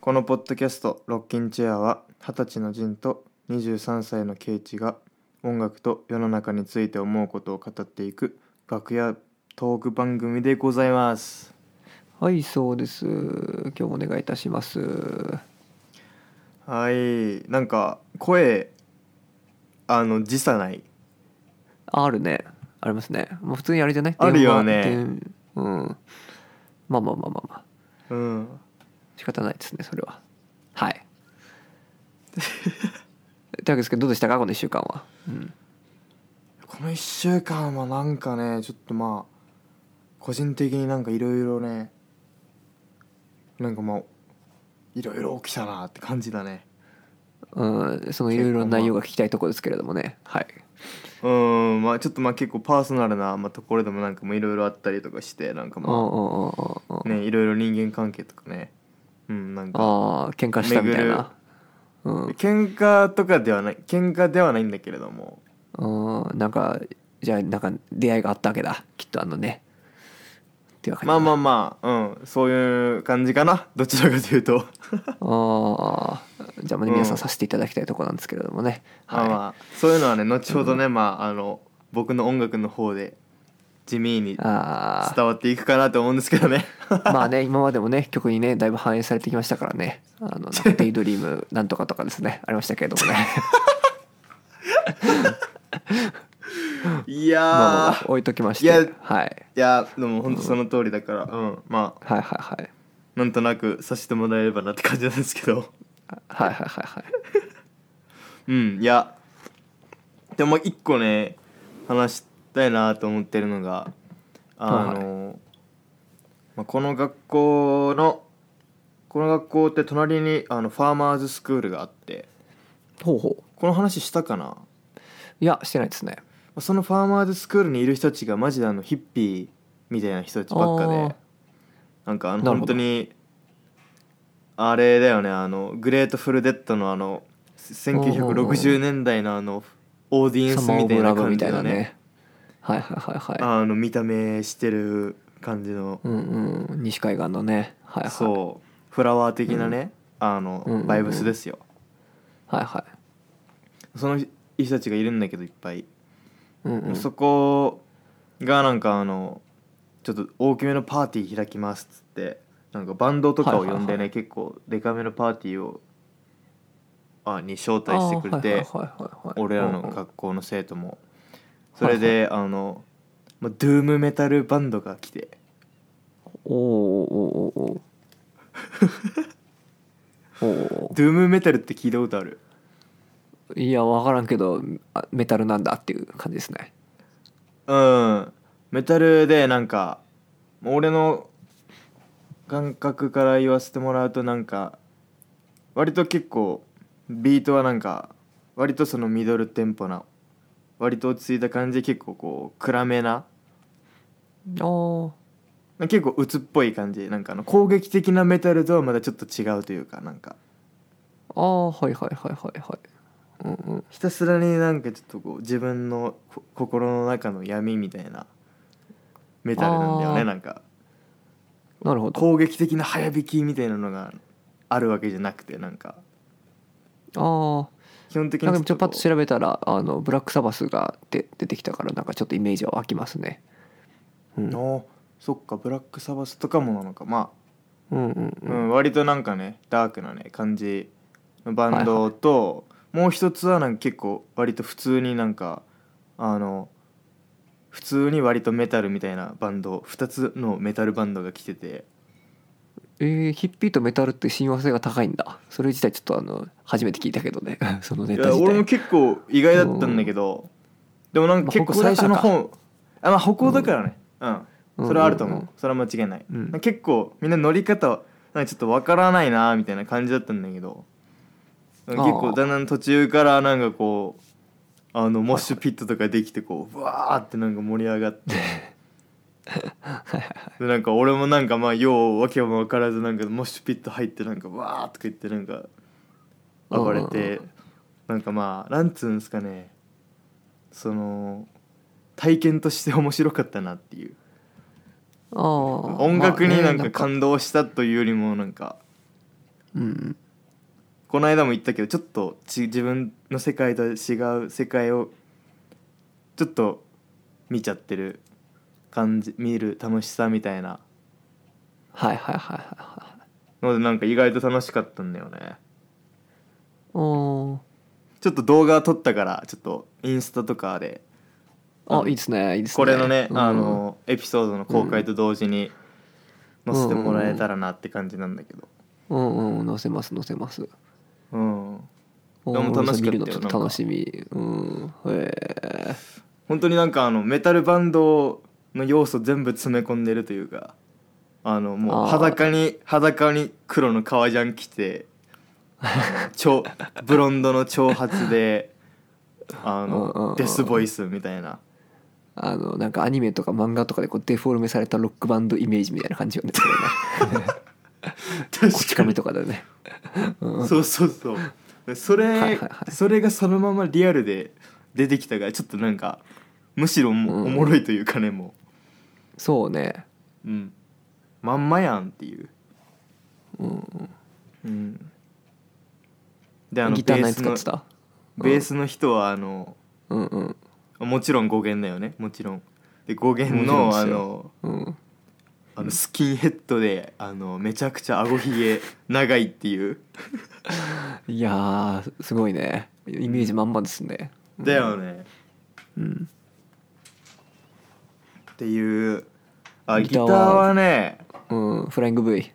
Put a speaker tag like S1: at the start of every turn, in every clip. S1: このポッドキャスト「ロッキンチェア」は二十歳のジンと23歳のケイチが音楽と世の中について思うことを語っていく楽屋トーク番組でございます
S2: はいそうです今日もお願いいたします
S1: はいなんか声あの時差ない
S2: あるねありますねもう普通にあれじゃない
S1: あるよね
S2: 電話電うんまあまあまあまあまあ
S1: うん
S2: 仕方ないですねそれははい というわけですけどどうでしたかこの1週間は、うん、
S1: この1週間はなんかねちょっとまあ個人的になんかいろいろねなんかまあいろいろ起きたなって感じだね
S2: うん、そのいろいろな内容が聞きたいところですけれどもねはい
S1: うんまあちょっとまあ結構パーソナルな、まあ、ところでもなんかもいろいろあったりとかしてなんか
S2: うんう
S1: ま
S2: んうんうんう
S1: あ
S2: ん
S1: ねいろいろ人間関係とかねうんなんか
S2: ああ喧嘩したみたいなうん
S1: 喧嘩とかではない喧嘩ではないんだけれども
S2: うんなんかじゃあなんか出会いがあったわけだきっとあのねっていうわけ
S1: まあまあまあうんそういう感じかなどちらかというと
S2: あーじゃあまあね
S1: うん
S2: 皆さんさせていただきたいところなんですけれどもね、
S1: まあ
S2: は
S1: まあそういうのはね後ほどね、まああの僕の音楽の方で地味に
S2: い、あ
S1: 伝わっていくかなと思うんですけど ね
S2: あまあね今までもね曲にねだいぶ反映されてきましたからね 「あのなんかデイドリームなんとか」とかですねありましたけれどもね
S1: いやー、
S2: まあまあまあ置いときまして
S1: いや
S2: はい、
S1: いやでも本当その通りだからうんまあ
S2: はいはいはい
S1: なんとなくさせてもらえればなって感じなんですけど
S2: はいはいはいはい
S1: うんいやでも一個ね話したいなと思ってるのがあの、まあ、この学校のこの学校って隣にあのファーマーズスクールがあって
S2: ほうほう
S1: この話したかない
S2: やしてないですね
S1: そのファーマーズスクールにいる人たちがマジであのヒッピーみたいな人たちばっか
S2: あ
S1: で
S2: ー
S1: なんかあの
S2: なる
S1: 本
S2: ほ
S1: 当
S2: ど
S1: にあれだよねあのグレートフルデッドのあの1960年代のあのオーディエンス
S2: サマーオ
S1: みたい
S2: ブ
S1: な
S2: ラブ
S1: 感
S2: み
S1: じ
S2: たい
S1: の
S2: な
S1: ね
S2: ねはいはいはいはい
S1: あの見た目してる感じの
S2: うんうん西海岸のねはいはい
S1: そうフラワー的なねあ
S2: うんうん
S1: の
S2: うん
S1: バイブスですよ
S2: はいはい
S1: その人たちがいるんだけどいっぱい
S2: うんうん
S1: そこがなんかあのちょっと大きめのパーティー開きますっつってなんかバンドとかを呼ん
S2: はい
S1: で
S2: は
S1: ね、
S2: いはい
S1: 結構デカめのパーティーをあに招待してくれて、
S2: あーはいはいはいはいはい
S1: 俺らの
S2: うんうん
S1: 学校の生徒も、それで、あの、まあ、ドゥームメタルバンドが来て
S2: おおおおおおお
S1: ドゥームメタルって聞いたことある
S2: おいや分からんけどあメタルなんだっていう感じですね
S1: うんメタルでなんか俺の感覚から言わせてもらうとなんか割と結構ビートはなんか割とそのミドルテンポな割と落ち着いた感じで結構こう暗めな
S2: あー
S1: 結構鬱っぽい感じなんかあの攻撃的なメタルとはまたちょっと違うというかなんか
S2: あーはいはいはいはいはいうんうん
S1: ひたすらになんかちょっとこう自分のこ心の中の闇みたいなメタルなんだよ
S2: あ
S1: ね
S2: ー
S1: なんか
S2: なるほど
S1: 攻撃的な早弾きみたいなのがあるわけじゃなくてなんか
S2: あ
S1: 基本的
S2: あん
S1: に
S2: かちょっとパッと
S1: ら
S2: 調べたらあのブラックサバスがで出てきたからなんかちょっとイメージは湧きますねうんうん
S1: そっかブラックサバスとかもなのかま
S2: うんう
S1: あ、うん
S2: ん
S1: 割となんかねダークなね感じのバン
S2: はい
S1: ドと、もう一つはなんか結構割と普通になんかあの普通に割とメタルみたいなバンド2つのメタルバンドが来てて
S2: えー、ヒッピーとメタルって親和性が高いんだそれ自体ちょっとあの初めて聞いたけどね その
S1: い
S2: ネタ
S1: や
S2: 自体
S1: 俺も結構意外だったんだけど、でもなんか結構
S2: ま
S1: 最
S2: あ
S1: 初の
S2: 北欧
S1: 本あまあ北欧だからねうんそれはあると思う,、
S2: んんん
S1: それは間違いない、
S2: うん
S1: 結構みんな乗り方なんかちょっとわからないなみたいな感じだったんだけどなんか結
S2: あ
S1: 構
S2: ー
S1: だんだん途中からなんかこうあのモッシュピットとかできてこううわーってなんか盛り上がって でなんか俺もなんかまあようわけも分からずなんかモッシュピット入ってなんかわーとか言ってなんか暴れ
S2: うんうんう
S1: て
S2: ん
S1: なんかまあなんつうんですかねその体験として面白かったなっていう
S2: あー
S1: 音楽になん
S2: まあ
S1: か
S2: ね
S1: 感動したというよりもなんか
S2: うんうん
S1: この間も言ったけどちょっとち自分の世界と違う世界をちょっと見ちゃってる感じ見る楽しさみたいな
S2: はいはいはいはいはい
S1: のでなんか意外と楽しかったんだよね
S2: おー
S1: ちょっと動画撮ったからちょっとインスタとかであ
S2: あ
S1: の
S2: いいですねいいですね
S1: これのね、
S2: うん
S1: あのエピソードの公開と同時に載せてもらえたらなって感じなんだけど
S2: うんうん載せます載せます
S1: うん
S2: お
S1: でも楽しかったよ
S2: 見るのちょっと楽しみうんへ
S1: 本当になんかあのメタルバンドの要素全部詰め込んでるというかあのもう
S2: あー
S1: 裸に裸に黒の革ジャン着 てあの超ブロンドの長髪であ
S2: うんうんうんう
S1: の
S2: ん
S1: デスボイスみたいな
S2: あのなんかアニメとか漫画とかでこうデフォルメされたロックバンドイメージみたいな感じよね こち
S1: 確か
S2: 亀
S1: に
S2: とかだよねう ん
S1: そうそうそうそれ、
S2: はいはいはい
S1: それがそのままリアルで出てきたからちょっとなんかむしろも
S2: うん
S1: おもろいというかねも
S2: そうね
S1: う、うん、まんまやんっていう
S2: うん
S1: うんであの
S2: ギター
S1: ベ
S2: 何
S1: ース
S2: 使っ
S1: の
S2: てた
S1: ベースの人はあの
S2: うんうん
S1: もちろん語源だよねもちろんで語源
S2: も
S1: の
S2: ちろ
S1: あ
S2: んで
S1: の
S2: すようん
S1: あのスキンヘッドであのめちゃくちゃ顎ひげ長いっていう
S2: いやーすごいねイメージまんまですね
S1: だよね
S2: うん
S1: っていうあギ
S2: ギ
S1: ター
S2: ターは
S1: はね
S2: うんフライング V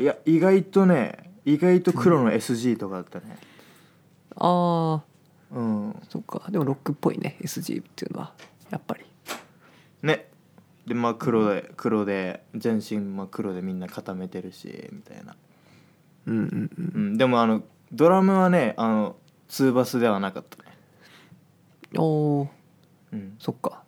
S1: いや意外とね意外と黒の SG とかだったね
S2: ああ
S1: うん
S2: そっかでもロックっぽいね SG っていうのはやっぱり
S1: ねでまあ黒で黒で全身真っ黒でみんな固めてるしみたいな
S2: うんうんうん
S1: うんでもあのドラムはねあのツーバスではなかったね
S2: おー
S1: うん
S2: そっか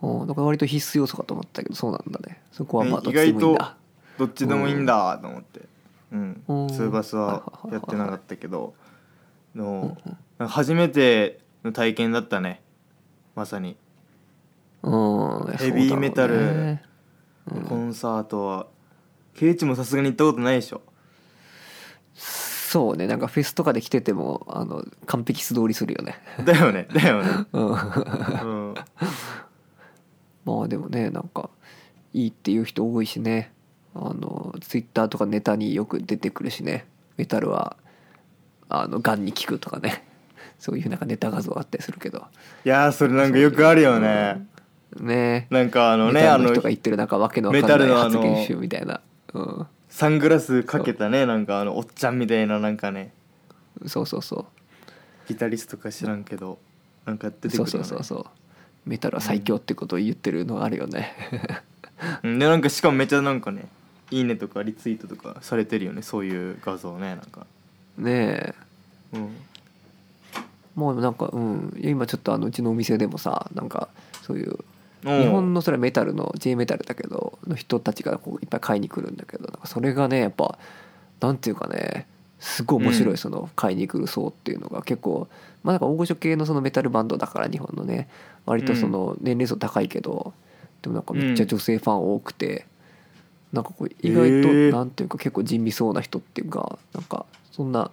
S2: おーだから割と必須要素かと思ったけどそうなんだねそこはまあ
S1: ね
S2: どっちでもいいん
S1: 意
S2: だ
S1: 外どっちでもいいんだと思ってうん
S2: うん
S1: ツーバスはやってなかったけどのなんか初めての体験だったねまさに
S2: うん
S1: ヘビーメタル
S2: そうだろうね
S1: コンサートはケイチもさすがに行ったことないでしょ
S2: そうねなんかフェスとかで来ててもあの完璧素通りするよね
S1: だよねだよね
S2: うん
S1: うん
S2: まあでもねなんかいいっていう人多いしねあのツイッターとかネタによく出てくるしねメタルはあのガンに効くとかねそういうなんかネタ画像あったりするけど
S1: いやーそれなんかよくあるよね
S2: ね
S1: なんかあのね
S2: メタ
S1: あ
S2: ルの
S1: の
S2: 人が言ってるなんかわけのわかん
S1: メタ
S2: な
S1: ル
S2: い
S1: のあの
S2: 発言集みたいな、うん、
S1: サングラスかけたねなんかあのおっちゃんみたいななんかね
S2: そうそうそう
S1: ギタリストか知らんけどなんか出てくる
S2: そ
S1: よ
S2: う
S1: ね
S2: そうそうそうメタルは最強ってことを言ってるのあるよね
S1: うんでなんかしかもめっちゃなんかねいいねとかリツイートとかされてるよねそういう画像ねなんか
S2: ね
S1: う
S2: え
S1: ん
S2: もうなんかうんいや今ちょっとあのうちのお店でもさなんかそういう
S1: おう
S2: 日本のそれはメタルの J メタルだけどの人たちがこういっぱい買いに来るんだけどなんかそれがねやっぱなんていうかねすごい面
S1: う
S2: 白
S1: ん
S2: いその買いに来る層っていうのが結構まあなんか大御所系のそのメタルバンドだから日本のね割とその年齢層高いけどでもなんかめっちゃ女性ファン多くてなんかこう意
S1: へ
S2: 外と
S1: ー
S2: なんていうか結構人味そうな人っていうかなんかそんな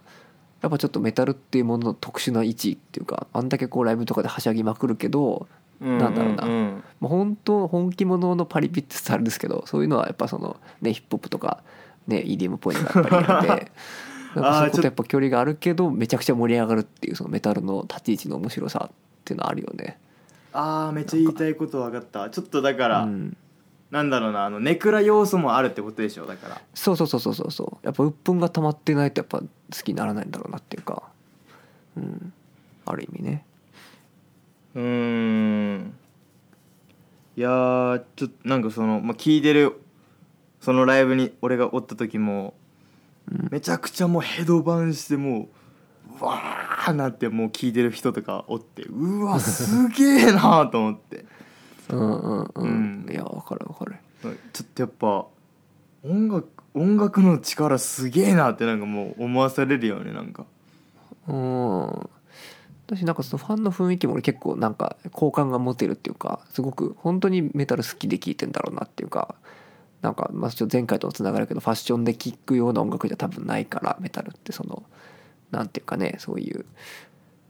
S2: やっぱちょっとメタルっていうものの特殊な位置っていうかあんだけこうライブとかではしゃぎまくるけど
S1: うん
S2: なんだろうな
S1: うん
S2: まあ、本当本気者のパリピって言ったらあれですけどそういうのはやっぱそのねヒップホップとかね EDM っぽいのがやっぱり あってなんかそういうことやっぱ距離があるけどめちゃくちゃ盛り上がるっていうそのメタルの立ち位置の面白さっていうのはあるよね。
S1: あーめっちゃ言いたいこと分かったちょっとだか
S2: う
S1: ら、
S2: ん、
S1: なんだろうなあのネクラ要素もあるってことでしょだから
S2: そうそうそうそうそうそうやっぱ鬱憤が溜まってないとやっぱ好きにならないんだろうなっていうか、うん、ある意味ね。
S1: うーんいやーちょっとなんかその、まあ、聞いてるそのライブに俺がおった時も、
S2: うん
S1: めちゃくちゃもうヘドバンしてもううわーなってもう聞いてる人とかおってう わすげえなーと思って
S2: うんうんうん、
S1: うん
S2: いやわかるわかる。
S1: ちょっとやっぱ音楽音楽の力すげえなってなんかもう思わされるよねなんか
S2: うん私なんかそのファンの雰囲気も俺結構なんか好感が持てるっていうかすごく本当にメタル好きで聴いてんだろうなっていうかなんか、まあ、ちょっと前回ともつながるけどファッションで聴くような音楽じゃ多分ないからメタルってそのなんていうかねそういう、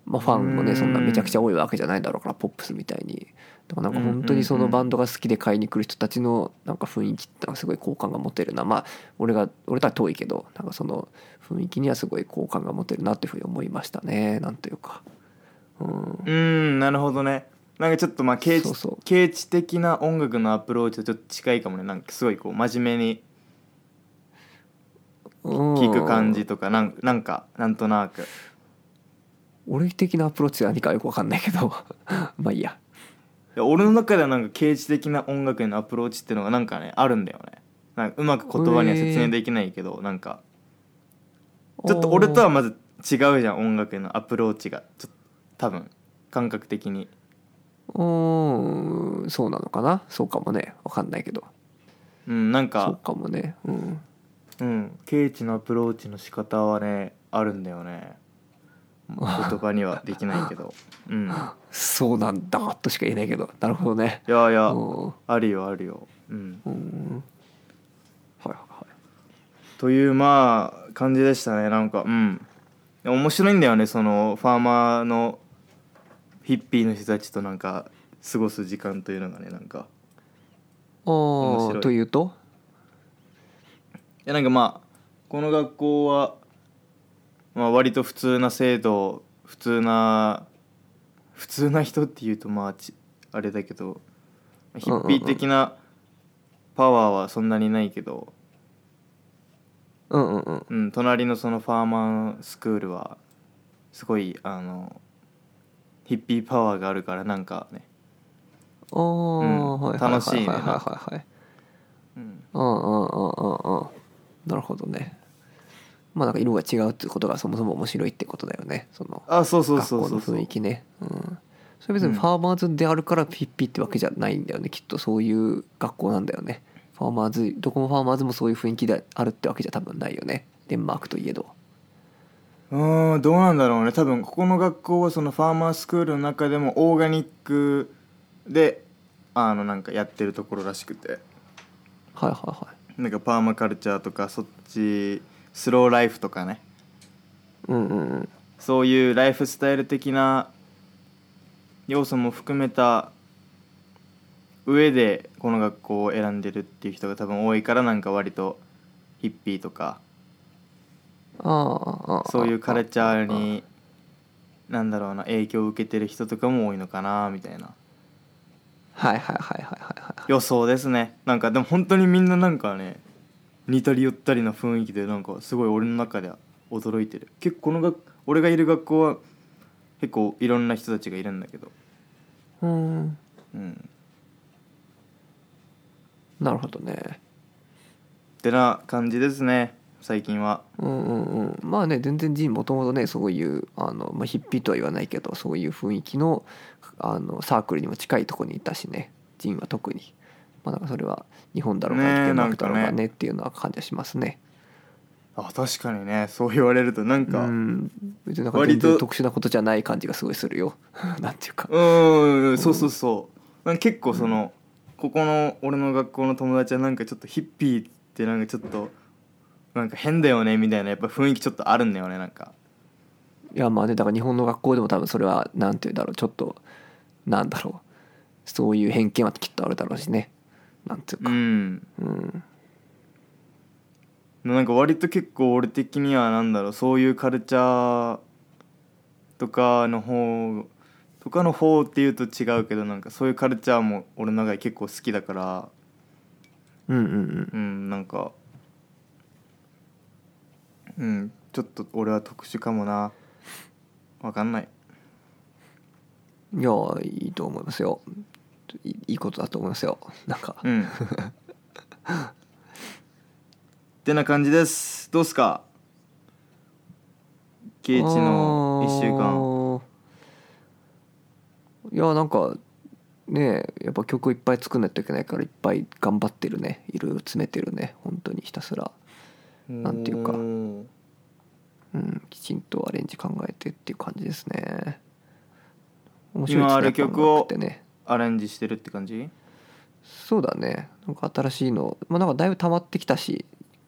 S2: まあ、ファンも
S1: う
S2: ね
S1: ん
S2: そんなめちゃくちゃ多いわけじゃないだろうからポップスみたいにだからなんか本当にそ
S1: うんうん
S2: の
S1: うん
S2: バンドが好きで買いに来る人たちのなんか雰囲気ってのはすごい好感が持てるなまあ俺が俺とは遠いけどなんかその雰囲気にはすごい好感が持てるなっていうふうに思いましたねなんというか。うん
S1: うーんなるほどねなんかちょっとまあ軽
S2: そう
S1: 視
S2: そう
S1: 軽視的な音楽のアプローチとちょっと近いかもねなんかすごいこう真面目に
S2: 聞
S1: 聴く感じとかなんなんかなんとなく
S2: 俺的なアプローチは何かよく分かんないけど まあいいや
S1: いや俺の中ではなんか軽視的な音楽へのアプローチっていうのがなんかねあるんだよねなんかうまく言葉には説明できないけど、なんかちょっと俺とはまず違うじゃん音楽へのアプローチがちょっと多分感覚的に
S2: うーんそうなのかなそうかもね分かんないけど
S1: うんなん
S2: そ
S1: か
S2: うかもねうん
S1: うん、ケチのアプローチの仕方はねあるんだよね言葉にはできないけ ど、うん、い
S2: そうなんだとしか言えないけどなるほどね
S1: やいうや
S2: んう
S1: あるよあるよ、うん、
S2: んはいはいはい
S1: というまあ感じでしたねなんかうん面白いんだよねそのファーマーのヒッピーの人たちとなんか過ごす時間というのがねなんか面
S2: あ
S1: 白
S2: あ
S1: い
S2: というと
S1: いやなんかまあこの学校は、まあ、割と普通な生徒普通な普通な人っていうとまあちあれだけどヒッピー的なパワーはそんなにないけど、
S2: うんうんうん
S1: うん、隣のそのファーマースクールはすごいあのヒッピーパワーがあるからなんかね、
S2: ああ、
S1: ん
S2: はいはい
S1: 楽しいね
S2: はいはいはいはい
S1: うん、
S2: うんうんうんうんうんなるほどねまあなんか色が違うっていうことがそもそも面白いってことだよねその
S1: あそうそうそ
S2: 学
S1: う
S2: 校
S1: そう
S2: の
S1: そう
S2: 雰囲気ねうんそれ別
S1: う
S2: に
S1: ん
S2: ファーマーズであるからピッピってわけじゃないんだよねきっとそういう学校なんだよねファーマーズどこもファーマーズもそういう雰囲気であるってわけじゃ多分ないよねデンマークといえど
S1: うーんどうなんだろうね多分ここの学校はそのファーマースクールの中でもオーガニックであのなんかやってるところらしくて
S2: はいはいはい
S1: なんかパーマカルチャーとかそっちスローライフとかね
S2: うんうんうん
S1: そういうライフスタイル的な要素も含めた上でこの学校を選んでるっていう人が多分多いからなんか割とヒッピーとか
S2: ああああ
S1: そういうカルチャー
S2: ああ
S1: になんだろうな影響を受けてる人とかも多いのかなみたいな
S2: はいはいはいはいはいはい
S1: 予想ですねなんかでも本当にみんななんかね似たり寄ったりな雰囲気でなんかすごい俺の中では驚いてる結構この学俺がいる学校は結構いろんな人たちがいるんだけど
S2: うん
S1: うん
S2: なるほどね
S1: ってな感じですね最近は
S2: うんうんうん、まあね全然ジンもともとねそういうあの、まあ、ヒッピーとは言わないけどそういう雰囲気のあのサークルにも近いとこにいたしねジンは特に、まあ、なんかそれは日本だろうが
S1: ねえ
S2: デンマークだろう
S1: な
S2: が
S1: んか
S2: ねっていうのは感じはしますね。
S1: あ確かにねそう言われるとなん
S2: う
S1: かうん
S2: ん別になんか
S1: 割
S2: 全
S1: と
S2: 然特殊なことじゃない感じがすごいするよ なんていうか。
S1: ーんそうそうそうなんか結構その、ここの俺の学校の友達はなんかちょっとヒッピーってなんかちょっとなんか変だよねみたいなやっぱ雰囲気ちょっとあるんだよねなんか
S2: いやまあねだから日本の学校でも多分それはなんていうんだろうちょっとなんだろうそういう偏見はきっとあるだろうしねなんていう
S1: う
S2: か。
S1: ん
S2: うん
S1: なんか割と結構俺的にはなんだろうそういうカルチャーとかの方とかの方っていうと違うけどなんかそういうカルチャーも俺の中で結構好きだから
S2: うんうんうん
S1: うんなんかうんちょっと俺は特殊かもなわかんない
S2: いやいいと思いますよいいいことだと思いますよなんか、
S1: うん ってな感じですどうっすかケイチの1週間
S2: あーいやなんかねえやっぱ曲いっぱい作んないといけないからいっぱい頑張ってるねいろいろ詰めてるね本当にひたすら、なんていうか
S1: おー
S2: うん、きちんとアレンジ考えてっていう感じですね面
S1: 今あ
S2: 白
S1: る
S2: いですね
S1: 曲を
S2: 音楽ってね
S1: アレンジしてるって感じ
S2: そうだねなんか新しいの、まあ、なんかだいぶ溜まってきたし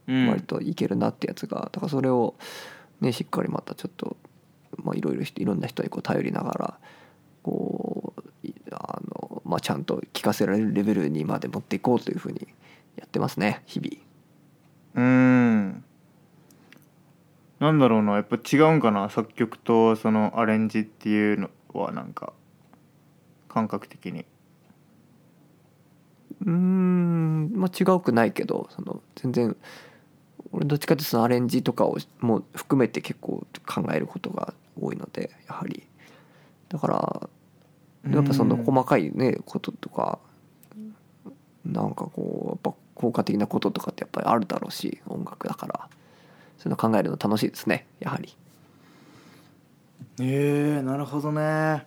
S1: うん
S2: 割といけるなってやつが、だからそれをねしっかりまたちょっとまあいろいろいろんな人にこう頼りながらこういあの、まあ、ちゃんと聞かせられるレベルにまで持っていこうというふうにやってますね日々。
S1: うんなんだろうなやっぱ違うんかな作曲とそのアレンジっていうのはなんか感覚的に
S2: うーんまあ違うくないけどその全然俺どっちかっていうとそのアレンジとかをもう含めて結構考えることが多いのでやはりだからやっぱその
S1: うん
S2: 細かいねこととかなんかこうやっぱ効果的なこととかってやっぱりあるだろうし音楽だからそういうの考えるの楽しいですねやはり
S1: えー、なるほどね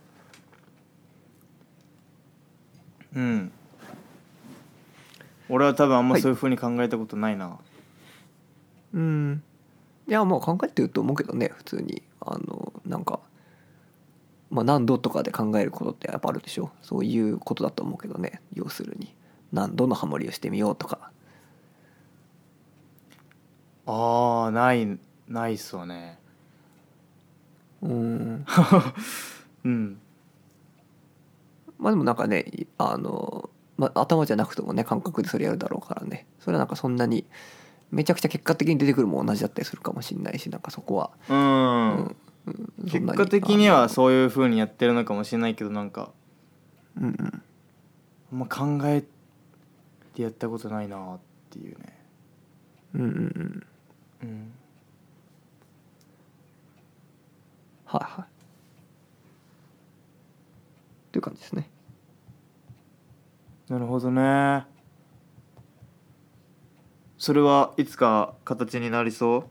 S1: うん俺は多分あんま
S2: はい
S1: そういうふうに考えたことないな、
S2: うんいやまあ考えてると思うけどね普通にあのなんか、まあ、何度とかで考えることってやっぱあるでしょそういうことだと思うけどね要するに何度のハモリをしてみようとか
S1: ああないないっすわね
S2: うん
S1: うん
S2: まあでもなんかねいあの、まあ、頭じゃなくてもね感覚でそれやるだろうからねそれはなんかそんなにめちゃくちゃ結果的に出てくるも同じだったりするかもしれないしなんかそこは、
S1: う、
S2: うんんうんそん
S1: 結
S2: な
S1: 果的には
S2: あ
S1: そういうふうにやってるのかもしれないけどなんか
S2: のうんうん
S1: あんま考えてやったことないなっていうね
S2: うんうんうん
S1: うん
S2: はいはい。という感じですね。
S1: なるほどねそれはいつか形になりそ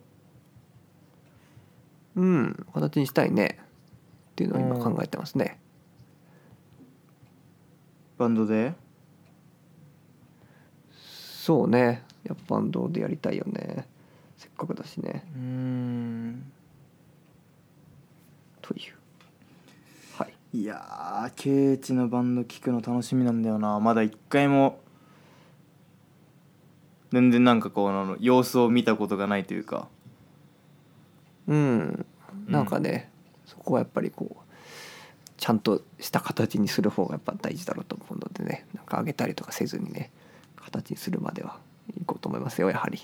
S2: うん、形にしたいね。っていうのを今
S1: うん
S2: 考えてますね。
S1: うバンドで
S2: そうね。やっぱバンドでやりたいよね。せっかくだしね。
S1: うん
S2: という。はい。
S1: いやーケイチのバンド聞くの楽しみなんだよなまだ一回も全然なんかこうあの様子を見たことがないというか
S2: うん。なんかね、そこはやっぱりこう。ちゃんとした形にする方がやっぱ大事だろうと思うのでねなんか上げたりとかせずにね形にするまではいこうと思いますよやはり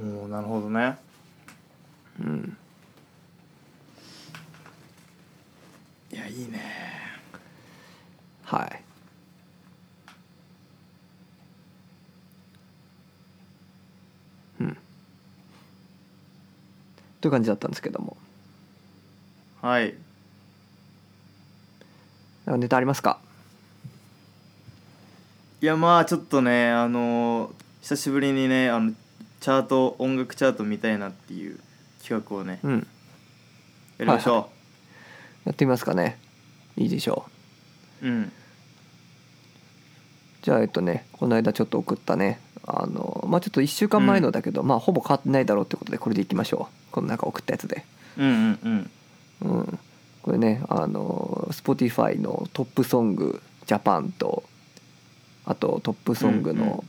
S1: おおなるほどね
S2: うん
S1: いやいいね
S2: はいうんという感じだったんですけども
S1: はい
S2: なんかネタありますか
S1: いやまあちょっとねあのー久しぶりにねあのチャート音楽チャート見たいなっていう企画をね
S2: うん
S1: やりましょう、
S2: やってみますかねいいでしょう
S1: うん
S2: じゃあえっとねこの間ちょっと送ったねあのまあちょっと1週間前のだけど、まあほぼ変わってないだろうってことでこれでいきましょうこの中送ったやつで
S1: うんうんうん
S2: うん、これねあの Spotify のトップソングジャパンとあとトップソング
S1: うんうん
S2: の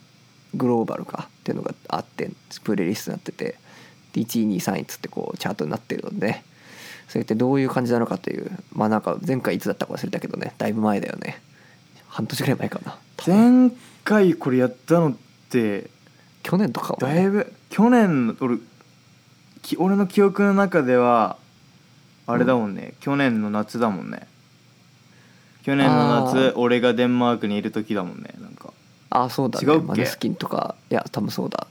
S2: グローバルかっていうのがあってプレイリストになっててで1位2位3位つってこうチャートになってるので、ね、それってどういう感じなのかというまあなんか前回いつだったか忘れたけどねだいぶ前だよね半年ぐらい前かな多分
S1: 前回これやったのって
S2: 去年とかもね
S1: だいぶ去年の俺き俺の記憶の中ではあれだもんね、去年の夏だもんね去年の夏
S2: あー
S1: 俺がデンマークにいる時だもんねなんか
S2: あそうだね
S1: 違うっけ
S2: マネスキンとかいや多分そうだ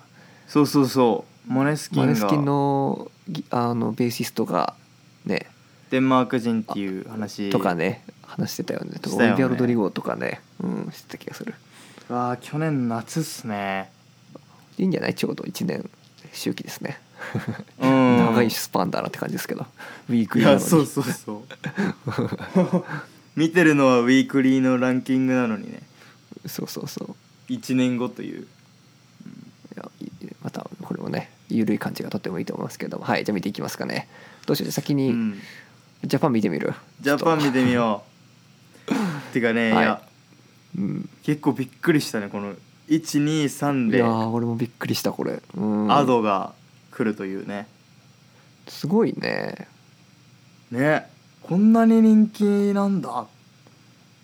S1: そうそうそうマネスキ
S2: マ
S1: ン
S2: ネスキン
S1: が
S2: のギあのベーシストがね
S1: デンマーク人っていう話
S2: とかね話してたよねと
S1: し
S2: か
S1: たよね
S2: オリビア・ロドリゴとかねうんしてた気がする
S1: わあ去年の夏っすね
S2: いいんじゃないちょうど1年周期ですね
S1: うん
S2: 長いスパンだなって感じですけどウィーク
S1: い
S2: リーな
S1: や
S2: のに
S1: そうそう そう見てるのはウィークリーのランキングなのにね
S2: そうそうそう
S1: 1年後という
S2: いやいまたこれもね緩い感じがとってもいいと思いますけどもはいじゃあ見ていきますかねどうしよう先
S1: う
S2: に、
S1: ん
S2: ジャパン見てみる
S1: ジャパン見てみようてかね、、
S2: はいい
S1: や
S2: うん
S1: 結構びっくりしたねこの123
S2: い
S1: で
S2: やー俺もびっくりしたこれ、うん、
S1: アドが来るというね
S2: すごいね
S1: ねこんなに人気なんだ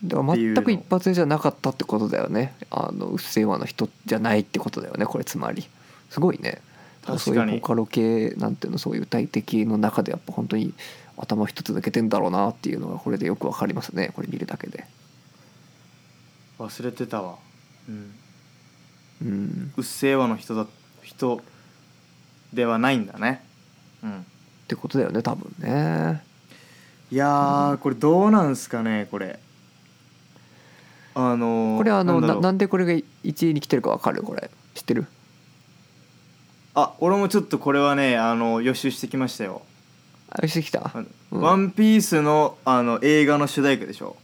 S2: だから全く一発目じゃなかったってことだよねあの「うっせぇわ」の人じゃないってことだよねこれつまりすごいね
S1: 確か
S2: そういう
S1: に
S2: ボカロ系なんていうのそういう体的の中でやっぱ本当に頭一つ抜けてんだろうなっていうのがこれでよくわかりますねこれ見るだけで
S1: 忘れてたわ、うん、
S2: うん
S1: うっせぇわの人だ人ではないんだねうん
S2: ってことだよね多分ね
S1: いやーこれどうなんすかねこれあのー
S2: これあ
S1: なん
S2: の
S1: だ
S2: な
S1: ろう
S2: なんでこれが1位に来てるかわかるこれ知ってる
S1: あ俺もちょっとこれはねあの予習してきましたよ
S2: あしてきた
S1: あの
S2: うん
S1: ワンピースのあの映画の主題歌でしょ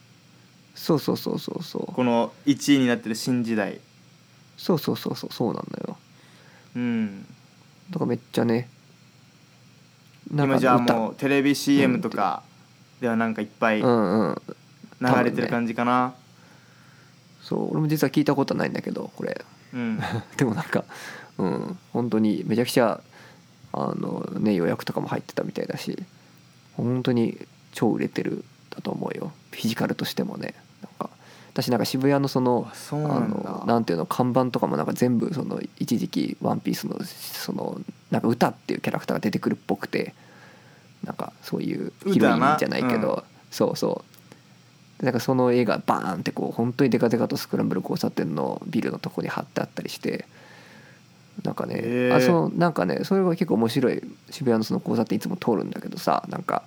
S2: そうそうそうそうそう
S1: この1位になってる新時代
S2: そうそうそうそうそうなんだよ
S1: うん
S2: だからめっちゃねなんか
S1: 今じゃあ
S2: 歌
S1: もうテレビ CM とかではなんかいっぱい流
S2: うんうん
S1: れてる感じかな
S2: そう俺も実は聞いたことはないんだけどこれ
S1: うん
S2: でもなんかうん本当にめちゃくちゃあのね予約とかも入ってたみたいだし本当に超売れてるだと思うよフィジカルとしてもねなんか私なんか渋谷のその
S1: あそう
S2: あ
S1: なん
S2: の
S1: だ
S2: なんていうの看板とかもなんか全部その一時期「ワンピースのそのなんか歌っていうキャラクターが出てくるっぽくてなんかそういうヒロイ
S1: 歌
S2: ン
S1: な
S2: じゃないけ
S1: う
S2: ど、そうそうなんかその絵がバーンってこう本当にデカデカとスクランブル交差点のビルのとこに貼ってあったりしてなんかね、
S1: へー
S2: あそのなんかねそれが結構面白い渋谷のその交差点いつも通るんだけどさなんか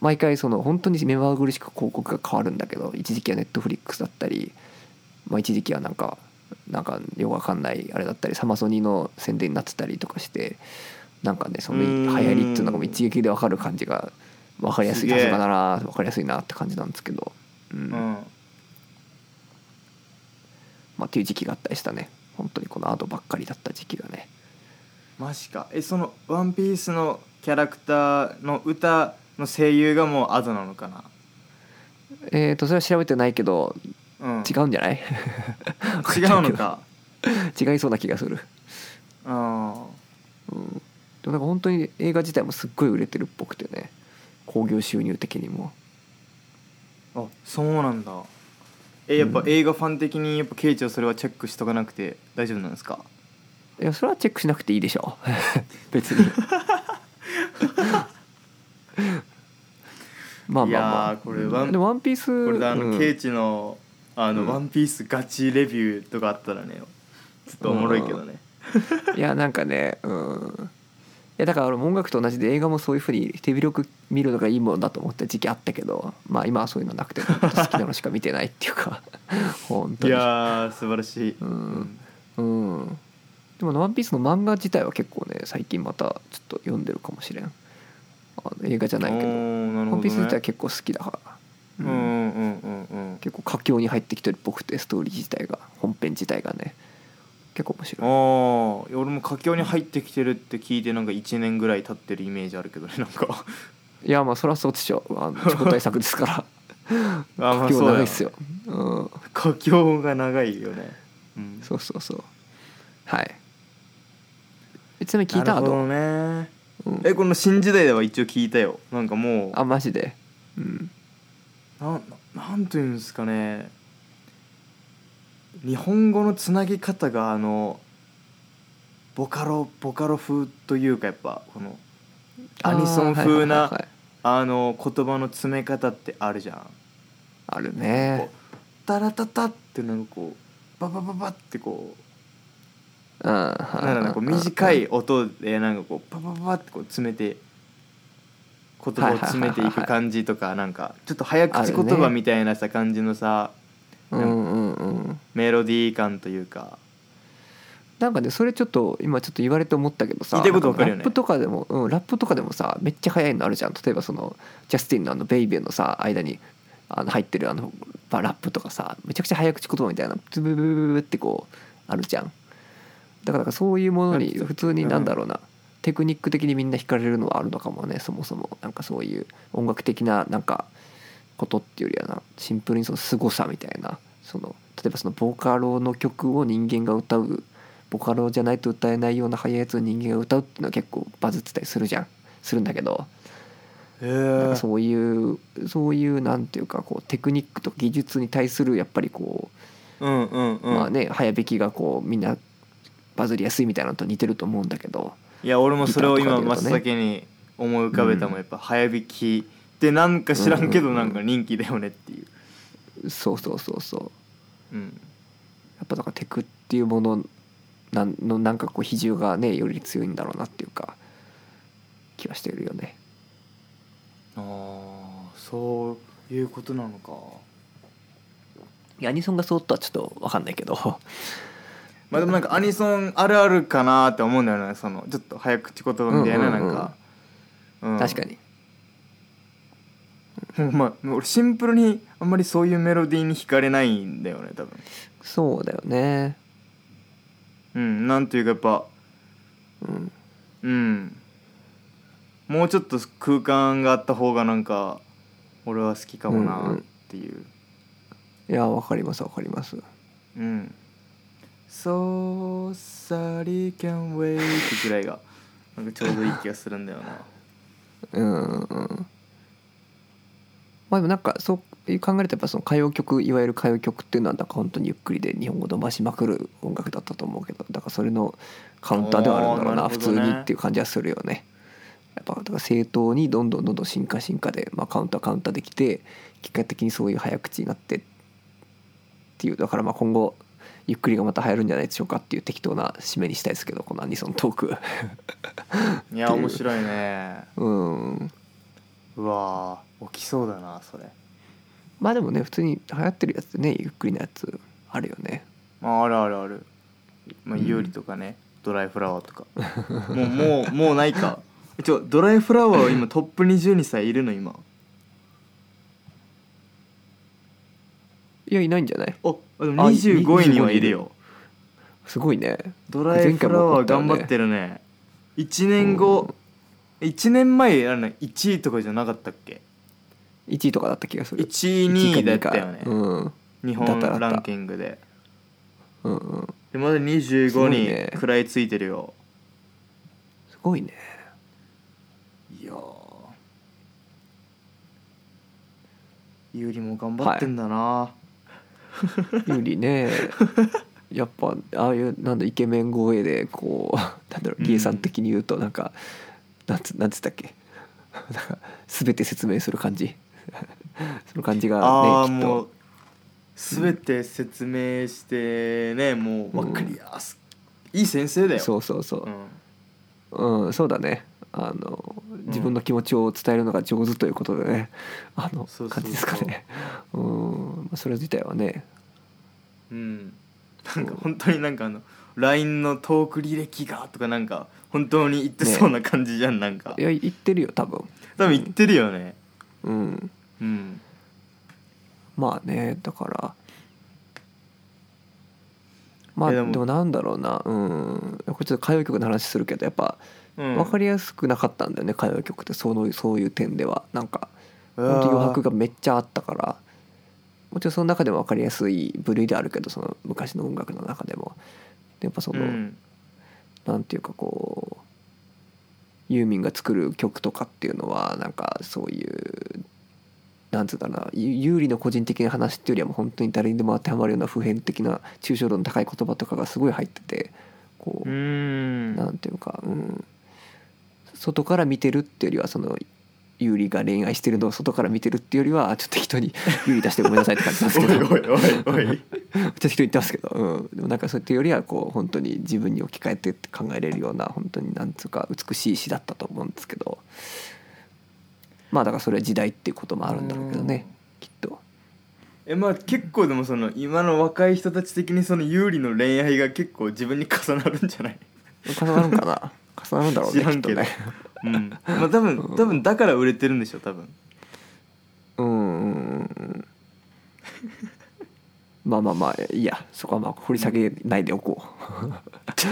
S2: 毎回その本当に目まぐるしく広告が変わるんだけど一時期はネットフリックスだったり、まあ、一時期はなんかなんかよくわかんないあれだったりサマソニの宣伝になってたりとかしてなんかねその
S1: うーん
S2: 流行りっていうのがもう一撃でわかる感じがわかりやすい
S1: す
S2: さ
S1: げえ
S2: すがだなわかりやすいなって感じなんですけど、うん
S1: うん
S2: まあ、っていう時期があったりしたね本当にこのアドばっかりだった時期がね
S1: マジかえその「ワンピースのキャラクターの歌の声優がもうアドなのかな
S2: えー、とそれは調べてないけど
S1: うん
S2: 違うんじゃない
S1: 違うのか
S2: 違いそうな気がする
S1: あ
S2: うんでもなんか本当に映画自体もすっごい売れてるっぽくてね興行収入的にも
S1: ーあそうなんだえやっぱ
S2: うん
S1: 映画ファン的にやっぱケイチはそれはチェックしとかなくて大丈夫なんですか
S2: いやそれはチェックしなくていいで しょ別にま
S1: い
S2: あまあま
S1: や
S2: あ
S1: ーこれワン
S2: うんでもワンピース
S1: これであ
S2: う
S1: の
S2: ん
S1: ケイチの「あ
S2: うん
S1: のワンピースガチレビューとかあったらねちょっとおもろいけどね
S2: いやなんかねうんいやだから俺も音楽と同じで映画もそういうふうに手広く見るのがいいものだと思った時期あったけどまあ今はそういうのなくて本当好きなのしか見てないっていうか 本当
S1: い
S2: に
S1: やー素晴らしい
S2: うんうんでも「ワンピースの漫画自体は結構ね最近またちょっと読んでるかもしれんあの映画じゃないけど
S1: おーなるほどね
S2: ワンピース自体は結構好きだから、
S1: う
S2: うん
S1: んうんうんうん
S2: 結構佳境に入ってきてるっぽくてストーリー自体が本編自体がね結構面
S1: あ
S2: 白い
S1: ーいや俺も佳境に入ってきてるって聞いてなんか1年ぐらい経ってるイメージあるけどね なんか
S2: いやまあそりゃそうでしょあの超大作ですか ら
S1: あま
S2: 佳
S1: あ
S2: 境
S1: そう
S2: 長
S1: だ
S2: い
S1: よ
S2: っすよ、うん、
S1: 佳境が長いよね、うん、
S2: そうそうそうはいちなみに聞いた
S1: なる
S2: あ
S1: ほ
S2: と、
S1: どね
S2: うん
S1: えこの「新時代」では一応聞いたよなんかもう
S2: あマジでうん
S1: なんなんていうんですかね日本語のつなぎ方があのボカロボカロ風というかやっぱこのアニソン風な
S2: あーはいはいはいはい
S1: あの言葉の詰め方ってあるじゃん。
S2: ある
S1: こう
S2: ね
S1: タラタタってなんかこうババババってこ
S2: うんなん
S1: うなんかこう短い音でなんかこうババババってこう詰めて言葉を詰めていく感じとかなんかちょっと早口言葉みたいなさ感じのさ
S2: うんうんうん
S1: メロディー感というか。
S2: なんかねそれちょっと今ちょっと言われて思ったけどさ
S1: 言いたいことわかるよね
S2: なんラップとかでも、うん、ラップとかでもさめっちゃ速いのあるじゃん例えばそのジャスティンのあのベイベーのさ間にあの入ってるあのまあラップとかさめちゃくちゃ早口言葉みたいなブブブブブブってこうあるじゃんだからなんかそういうものに
S1: なんて
S2: 普通になんだろうな、テクニック的にみんな惹かれるのはあるのかもねそもそもなんかそういう音楽的ななんかことっていうよりはなシンプルにその凄さみたいなその例えばそのボカロの曲を人間が歌うボカロじゃないと歌えないような速いやつを人間が歌うっていうのは結構バズってたりするじゃんするんだけど
S1: え
S2: なん
S1: ー
S2: かそういうそういうなんていうかこうテクニックと技術に対するやっぱりこ
S1: うんうん
S2: う、
S1: うん、
S2: まあね早弾きがこうみんなバズりやすいみたいなのと似てると思うんだけど
S1: いや俺もそれを
S2: ギター
S1: 今
S2: とか
S1: 真
S2: で言う
S1: っ
S2: とね
S1: 先に思い浮かべたもんやっぱ早引きでなんか知らんけ
S2: う
S1: ど
S2: んうん
S1: な
S2: うん
S1: んか人気だよねっていう、
S2: そうそうそうそ
S1: う
S2: う
S1: ん、
S2: やっぱだからテクっていうものなんのなんかこう比重がねより強いんだろうなっていうか気はしてるよね。
S1: ああそういうことなのか
S2: いやアニソンがそうとはちょっと分かんないけど
S1: まあでもなんかアニソンあるあるかなって思うんだよねそのちょっと早口言葉みたいな
S2: うん
S1: な
S2: うんうんん
S1: か、
S2: 確かに
S1: に まあ俺シンプルにあんまりそういうメロディーに惹かれないんだよね多分
S2: そうだよね。
S1: うんなんていうかやっぱ
S2: うん、
S1: うんもうちょっと空間があった方がなんか俺は好きかもなっていう
S2: いや分かります分かります。
S1: うん、So sorry can wait ぐらいがなんかちょうどいい気がするんだよな
S2: うんうんうんまあでもなんかそういう考えるとやっぱその歌謡曲いわゆる歌謡曲っていうのはなんか本当にゆっくりで日本語伸ばしまくる音楽だったと思うけどだからそれのカウンターではあるんだろうな
S1: おーなる
S2: 普
S1: ほど
S2: 通
S1: ね
S2: にっていう感じはするよね。やっぱだから正当にどんどんどんどん進化進化で、まあ、カウンターカウンターできて結果的にそういう早口になってっていうだからまあ今後ゆっくりがまた流行るんじゃないでしょうかっていう適当な締めにしたいですけどこのアニソントーク。
S1: いや面白いね
S2: うん
S1: うわー起きそうだなそれ
S2: まあでもね普通に流行ってるやつでねゆっくりなやつあるよね
S1: まああるあるあるまあ
S2: うん
S1: ゆうりとかね、ドライフラワーと かもうもうもうないかえちょドライフラワーは今トップ20にさえいるの今
S2: いやいないんじゃない
S1: あでも25位にはいるよ
S2: すごいね
S1: ドライフラワー頑張ってるね1年後、1年前あれね1位とかじゃなかったっけ
S2: 1位とかだった気がする
S1: 1位
S2: 一
S1: 2位だ
S2: か二
S1: ったよね、
S2: うん
S1: 日
S2: だっただ
S1: 本
S2: った
S1: ランキングで
S2: うんうん
S1: でまだ
S2: す
S1: 25
S2: ごい
S1: に
S2: ね
S1: 食らいついてるよ
S2: すごいね
S1: いやーゆうりも頑張ってんだな、
S2: 有 利ねやっぱああいうなんだイケメン声でこう なんだろ
S1: う
S2: うん理恵さん的に言うとなんか、なんつなんつったっけなんか全て説明する感じ その感じ
S1: あ
S2: が
S1: あ
S2: ねきっ
S1: もう
S2: と
S1: 全て説明してね、もう分かりやすいい先生だよ
S2: そうそうそう、
S1: うん
S2: うん、そうだねあの自分の気持ちを伝えるのが上手ということでね、あ
S1: そうそ
S2: の
S1: うそう
S2: 感じですかねうんまあそれ自体はね
S1: うん、なんか本当になんかあの LINE のトーク履歴がとかなんか本当に言ってそうな感じじゃん、なんか
S2: いや言ってるよ多分
S1: 多分言ってるよね
S2: うん
S1: うん
S2: まあねだからまあ
S1: いや
S2: で
S1: でも
S2: もなんだろうなうんこれちょっと歌謡曲の話するけどやっぱ
S1: うん
S2: 分かりやすくなかったんだよね歌謡曲ってそのそういう点ではなんか
S1: う
S2: 本
S1: わ
S2: 当
S1: ー
S2: 余白がめっちゃあったからもちろんその中でも分かりやすい部類であるけどその昔の音楽の中でもでやっぱその、
S1: うん
S2: なんていうかこうユーミンが作る曲とかっていうのはなんかそういうなんつうんだろうなゆ有利の個人的な話っていうよりはもう本当に誰にでも当てはまるような普遍的な抽象度の高い言葉とかがすごい入っててこう、
S1: うん
S2: なんていうか、うん、外から見てるっていうよりはその有利が恋愛してるのを外から見てるっていうよりはちょっ と人に有利出してごめんなさいって感じなんです
S1: お
S2: け
S1: い
S2: ど
S1: おいおいお い
S2: ちょっと人言ってますけど、うん、でもなんかそうやってよりはこう本当に自分に置き換えてって考えれるような本当になんつうか美しい詩だったと思うんですけどまあだからそれは時代っていうこともあるんだろうけどねきっと
S1: えまあ結構でもその今の若い人たち的にその有利の恋愛が結構自分に重なるんじゃない
S2: 重なるんかな重なるんだ ろうね
S1: 知らんけど
S2: きっ
S1: うんまあ多分多分だから売れてるんでしょ多分
S2: とねうんうんうんうんまあまあまあいいやそこはまあ掘り下げないでおこ
S1: ち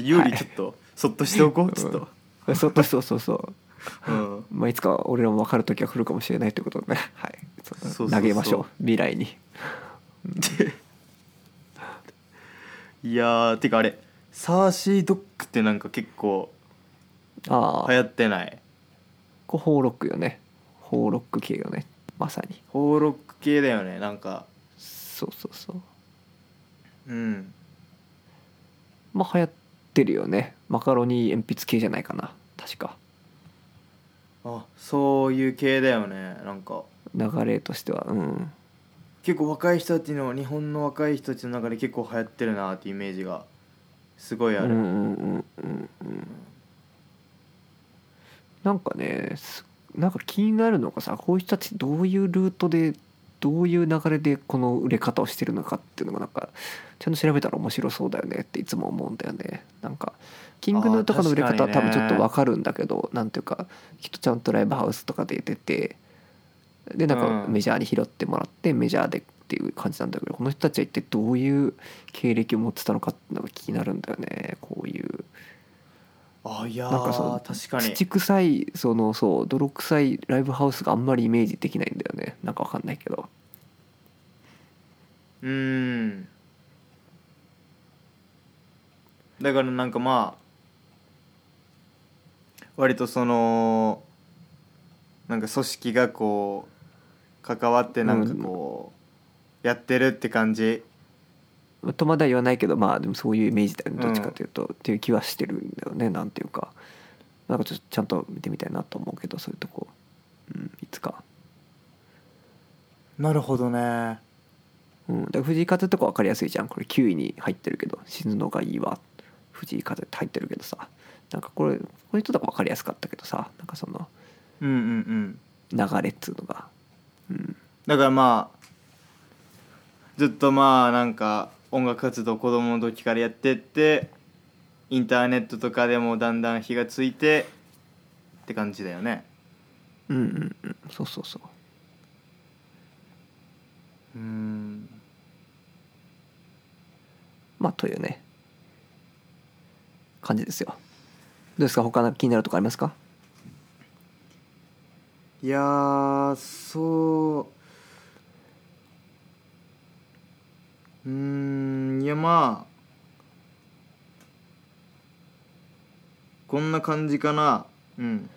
S1: ょ有利ちょっとそっとしておこうちょっと、
S2: うそうそうそうそう
S1: うん
S2: まあいつか俺らも分かる時が来るかもしれないということでねはい
S1: そうそうそう
S2: 投げましょう未来に
S1: いやーてかあれサーシードックってなんか結構
S2: あ
S1: 流
S2: あ
S1: 行ってない
S2: こうロックよねホーロック系よねまさに
S1: ホーロック系だよねなんか
S2: そうそうそう
S1: うん
S2: まあ流行ってるよねマカロニ鉛筆系じゃないかな確か
S1: あそういう系だよねなんか
S2: 流れとしてはうん
S1: 結構若い人たちの日本の若い人たちの中で結構流行ってるなっていうイメージがすごいあ
S2: う
S1: る、
S2: んうんうんうんうんなんかねすなんか気になるのがさこういう人たちどういうルートでどういう流れでこの売れ方をしてるのかっていうのがなんかちゃんと調べたら面白そうだよねっていつも思うんだよねなんかキングヌーとかの売れ
S1: あー
S2: 方は
S1: 確
S2: 多
S1: かに
S2: 分
S1: ね
S2: ちょっとわかるんだけどなんていうかきっとちゃんとライブハウスとかで出てでなんか
S1: うん
S2: メジャーに拾ってもらってメジャーでっていう感じなんだけどこの人たちは一体どういう経歴を持ってたのかっていうのが気になるんだよねこういう
S1: あいや
S2: なんかそ
S1: ー確かに
S2: 土臭いそのそう泥臭いライブハウスがあんまりイメージできないんだよねなんかわかんないけど
S1: うんだからなんかまあ割とそのなんか組織がこう関わってなんかこうやってるって感じ
S2: まあとまだ言わないけどまあでもそういうイメージだよね
S1: うん
S2: どっちかというと、っていう気はしてるんだよねなんていうかなんかちょっとちゃんと見てみたいなと思うけどそういうとこ、うん、いつか。
S1: なるほどね
S2: うん、だから藤井風とか分かりやすいじゃんこれ9位に入ってるけど「死ぬのがいいわ」藤井風って入ってるけどさなんかこれこういう人とか分かりやすかったけどさなんかその
S1: うんうんうん
S2: 流れっつうのが、うん、
S1: だからまあずっとまあなんか音楽活動子供の時からやってってインターネットとかでもだんだん火がついてって感じだよね
S2: うんうんうんそうそうそう
S1: うん
S2: まあというね感じですよどうですか他の気になるとこありますか
S1: いやーそううーんいやまあこんな感じかなうん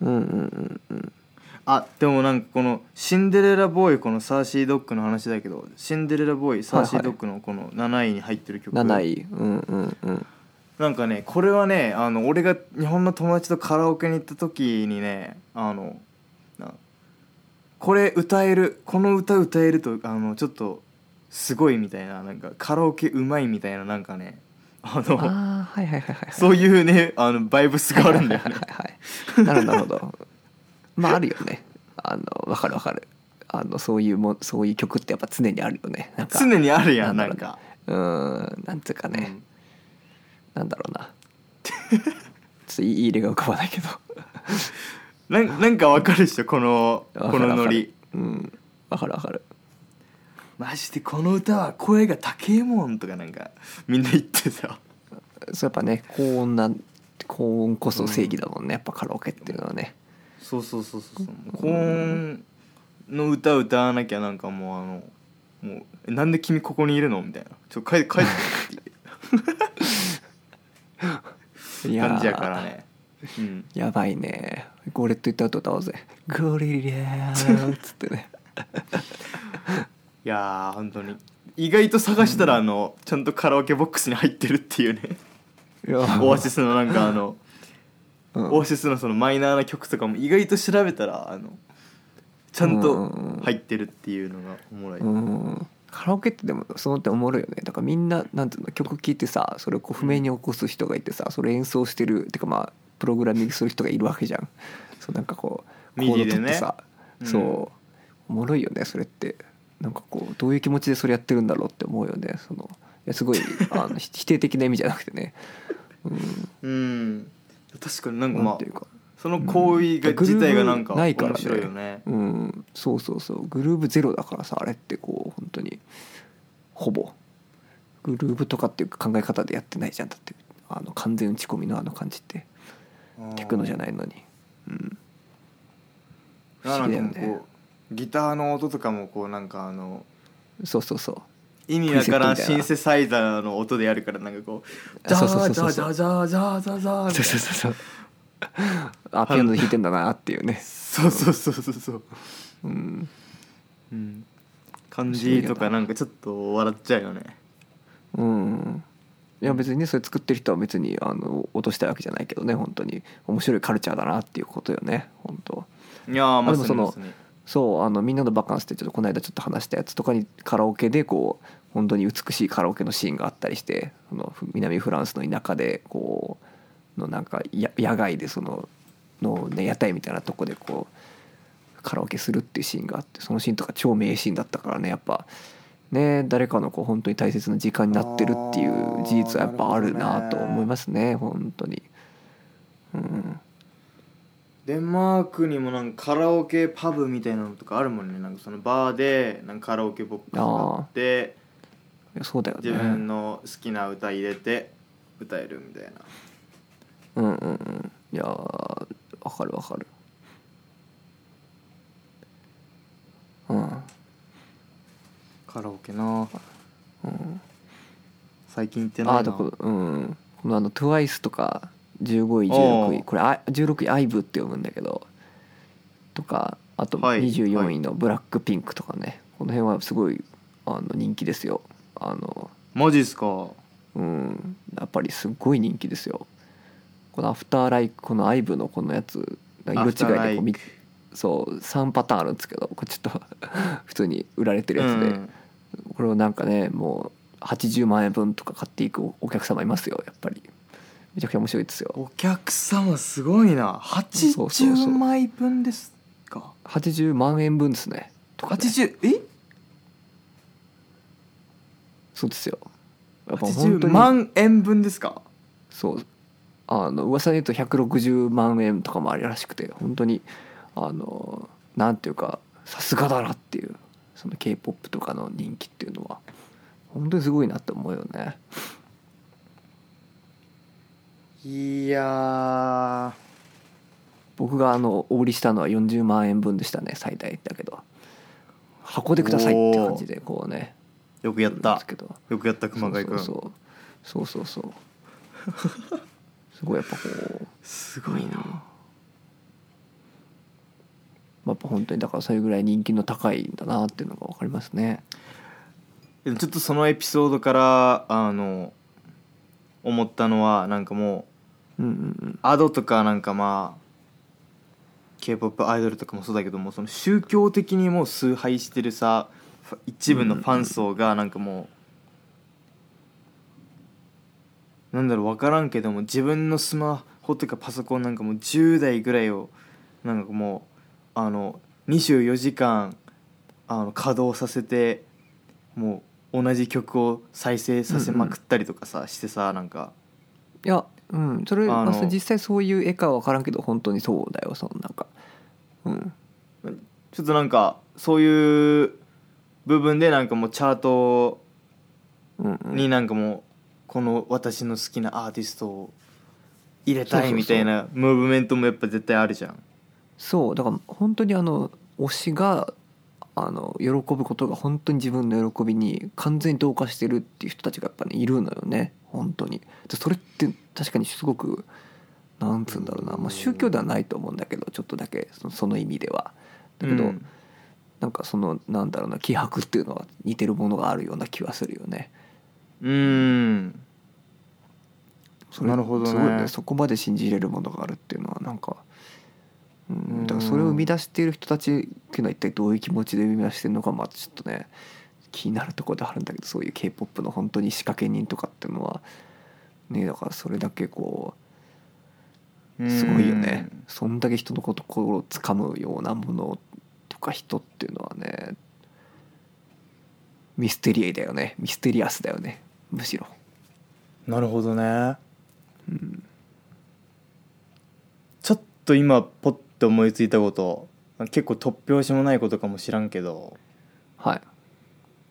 S2: うんうんうんうん
S1: あでもなんかこのシンデレラボーイこのサーシードッグの話だけどシンデレラボーイサーシードッグのこの7位に入ってる曲、
S2: 7位うんうん うん
S1: なんかねこれはねあの俺が日本の友達とカラオケに行った時にねあのなこれ歌えるこの歌歌えるとあのちょっとすごいみたいななんかカラオケうまいみたいななんかねあの
S2: ああはいはいはいはいはい
S1: そういうねあのバイブスがあるんだよね
S2: はいはいはいなるほどなるほどまああるよねあのわかるわかるあのそういうもそういう曲ってやっぱ常にあるよね なんか
S1: 常にあるやん
S2: な
S1: なんん
S2: だろ
S1: か
S2: うーんなんつうかね、
S1: うん
S2: なんだろうなちょっといいいい例が浮かばないけど
S1: なんなんかわかるでしょこの
S2: わ か
S1: こ
S2: る
S1: のノリ
S2: わかるうんわかるわかる
S1: マジでこの歌は声が高えもんとかなんかみんな言ってさ
S2: そうやっぱね高音なん高音こそ正義だもんねやっぱカラオケっていうのはね
S1: そうそうそうそうそう高音の歌歌わなきゃなんかもうあのもうえなんで君ここにいるのみたいなちょっと帰帰ってって
S2: い
S1: いう
S2: ー
S1: 感じやからねうん
S2: やばいねゴレット言った後歌お うぜゴリリャーっつってね
S1: いやー本当に意外と探したらあのちゃんとカラオケボックスに入ってるっていうね
S2: いや
S1: オアシスのなんかあの
S2: うん
S1: オアシスのそのマイナーな曲とかも意外と調べたらあのちゃん
S2: うん
S1: と
S2: うんうん
S1: 入ってるっていうのがおもろい、
S2: うんカラオケってでもその点おもろいよねだからみんななんていうの曲聴いてさそれをこう譜面に起こす人がいてさそれ演奏してるてかまあプログラミングする人がいるわけじゃんそうなんかこうコード
S1: MIDI でね
S2: 取ってさ、
S1: うん
S2: そうおもろいよねそれってなんかこうどういう気持ちでそれやってるんだろうって思うよねそのいやすごいあの ひ否定的な意味じゃなくてね、う
S1: う
S2: ん
S1: ん確かになんか
S2: な
S1: ま
S2: ん
S1: あ
S2: ていうか、
S1: その行為が
S2: うん
S1: 自体がなんか
S2: グルーヴないからね
S1: 面白いよね
S2: うん、そうそうそうグルーブゼロだからさあれってこう本当にほぼグルーブとかっていう考え方でやってないじゃんだってあの完全打ち込みのあの感じってテクノじゃ
S1: い
S2: ないのに、うん、不
S1: な
S2: 思
S1: ん
S2: 議だ
S1: かもう
S2: よね
S1: こうギターの音とかもこうなんかあの
S2: そうそうそう
S1: 意味わからん
S2: プリセットみたいな
S1: シンセサイザーの音でやるからなんかこうザー
S2: そう
S1: ザ
S2: そう
S1: ー
S2: そ
S1: ザ
S2: う
S1: ー
S2: そう
S1: ザーザーザーザーみた
S2: そう
S1: い
S2: そうそうそうあピアノ弾いてんだなっていうね
S1: なそうそうそうそうそう
S2: うん
S1: うん感じとかなんかちょっと笑っちゃうよね
S2: うんいや別にねそれ作ってる人は別にあの落としたいわけじゃないけどね本当に面白いカルチャーだなっていうことよね本当
S1: いやーま
S2: あ
S1: あ
S2: でもその
S1: そうですね
S2: そうあのみんなのバカンスってちょっとこの間ちょっと話したやつとかにカラオケでこう本当に美しいカラオケのシーンがあったりしてそのふ南フランスの田舎でこうのなんかや野外でそのの、ね、屋台みたいなとこでこうカラオケするっていうシーンがあってそのシーンとか超名シーンだったからねやっぱね誰かのこう本当に大切な時間になってるっていう事実はやっぱあるなと思いますね本当に。うん、
S1: デンマークにもなんかカラオケパブみたいなのとかあるもんねなんかそのバーでなんかカラオケボックスがあって
S2: いやそうだよね。
S1: 自分の好きな歌入れて歌えるみたいな
S2: うんうんうんいやーわかるわかるうん
S1: カラオケな
S2: うん
S1: 最近行ってないな
S2: あでこうんこのあの TWICE とか15位16
S1: お
S2: 位
S1: う
S2: これあ16位 IVE って読むんだけどとかあと
S1: はい
S2: 24位のブラックピンクとかね、この辺はすごいあの人気ですよあの
S1: マジっすか
S2: うんやっぱりすっごい人気ですよこのアフターライクこの IVE のこのやつ色違い
S1: アフターラ
S2: で
S1: イ
S2: こう
S1: ク
S2: みそう3パターンあるんですけどこれちょっと 普通に売られてるやつで、
S1: うん
S2: これをなんかねもう80万円分とか買っていくおお客様いますよやっぱりめちゃくちゃ面白いですよ
S1: お客様すごいな
S2: そうそうそう
S1: 80枚分ですか
S2: 80万円分ですねとかね
S1: 80え
S2: そうですよやっぱ本当
S1: 80
S2: に
S1: 万円分ですか
S2: そうあの噂に言うと160万円とかもあるらしくて本当にあのなんていうかさすがだなっていうその k p o p とかの人気っていうのは本当にすごいなって思うよね
S1: いや
S2: 僕があのお売りしたのは40万円分でしたね最大だけど箱でくださいって感じでこうね
S1: ーよくやっ
S2: 売るんで
S1: た
S2: すけど
S1: よくやった熊谷
S2: そう
S1: 君
S2: そうそうそうそうそう すごいやっぱこう
S1: すごいな
S2: やっぱ本当にだからそれぐらい人気の高いんだなっていうのが分かりますね
S1: でもちょっとそのエピソードからあの思ったのはなんかも
S2: うんうん
S1: うアドとかなんかまあ k p o p アイドルとかもそうだけどもその宗教的にもう崇拝してるさファ一部のファン層がなんかもうなんだろう分からんけども自分のスマホとかパソコンなんかもう10代ぐらいをなんかもうあの24時間あの稼働させてもう同じ曲を再生させまくったりとかさ、してさなんか
S2: いやうんそれ
S1: あの
S2: まあそれ実際そういう絵かは分からんけど本当にそうだよそのなんかうん
S1: ちょっとなんかそういう部分でなんかもうチャート
S2: うんうん
S1: になんかもうこの私の好きなアーティストを入れた
S2: そうそう
S1: い
S2: そう
S1: みたいなムーブメントもやっぱ絶対あるじゃん。
S2: そうだから本当にあの推しがあの喜ぶことが本当に自分の喜びに完全に同化してるっていう人たちがやっぱねいるのよね本当にでそれって確かにすごくなんつうんだろうな、まあ、宗教ではないと思うんだけどちょっとだけそのその意味ではだけど、
S1: うん
S2: なんかそのなんだろうな気迫っていうのは似てるものがあるような気はするよね。
S1: うん
S2: それ
S1: なるほどね
S2: すごいねそこまで信じれるものがあるっていうのはなんか、う、
S1: うんん
S2: だからそれを生み出している人たちっていうのは一体どういう気持ちで生み出してるのかまあちょっとね気になるところではあるんだけどそういう k p o p の本当に仕掛け人とかっていうのはねだからそれだけこうすごいよね
S1: うん
S2: そんだけ人の心をつかむようなものとか人っていうのはねミステリーだよねミステリアスだよねむしろ。
S1: なるほどね
S2: うん
S1: ちょっと今ポッて思いついたこと結構突拍子もないことかもしらんけど
S2: はい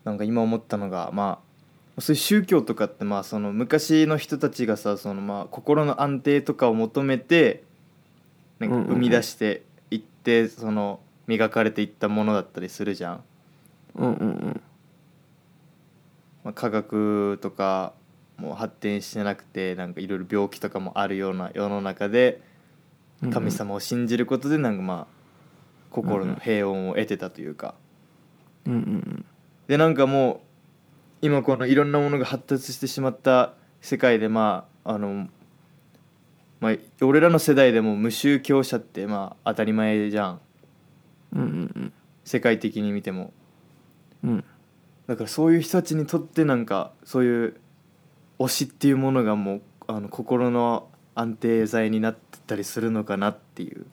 S1: なんか今思ったのがまあそういう宗教とかってまあその昔の人たちがさそのまあ心の安定とかを求めてなんか
S2: うんうんうん
S1: 生み出していってその磨かれていったものだったりするじゃん。
S2: うんうんうん
S1: まあ、科学とかも発展してなくてなんかいろいろ病気とかもあるような世の中で
S2: うんうん
S1: 神様を信じることでなんかまあ心の平穏を得てたというか
S2: うんうん
S1: でなんかもう今このいろんなものが発達してしまった世界でまああのまあ俺らの世代でも無宗教者ってまあ当たり前じゃん
S2: うんうん
S1: 世界的に見ても
S2: うんうん
S1: だからそういう人たちにとってなんかそういう推しっていうものがもうあの心の安定剤になってたりするのかなっていう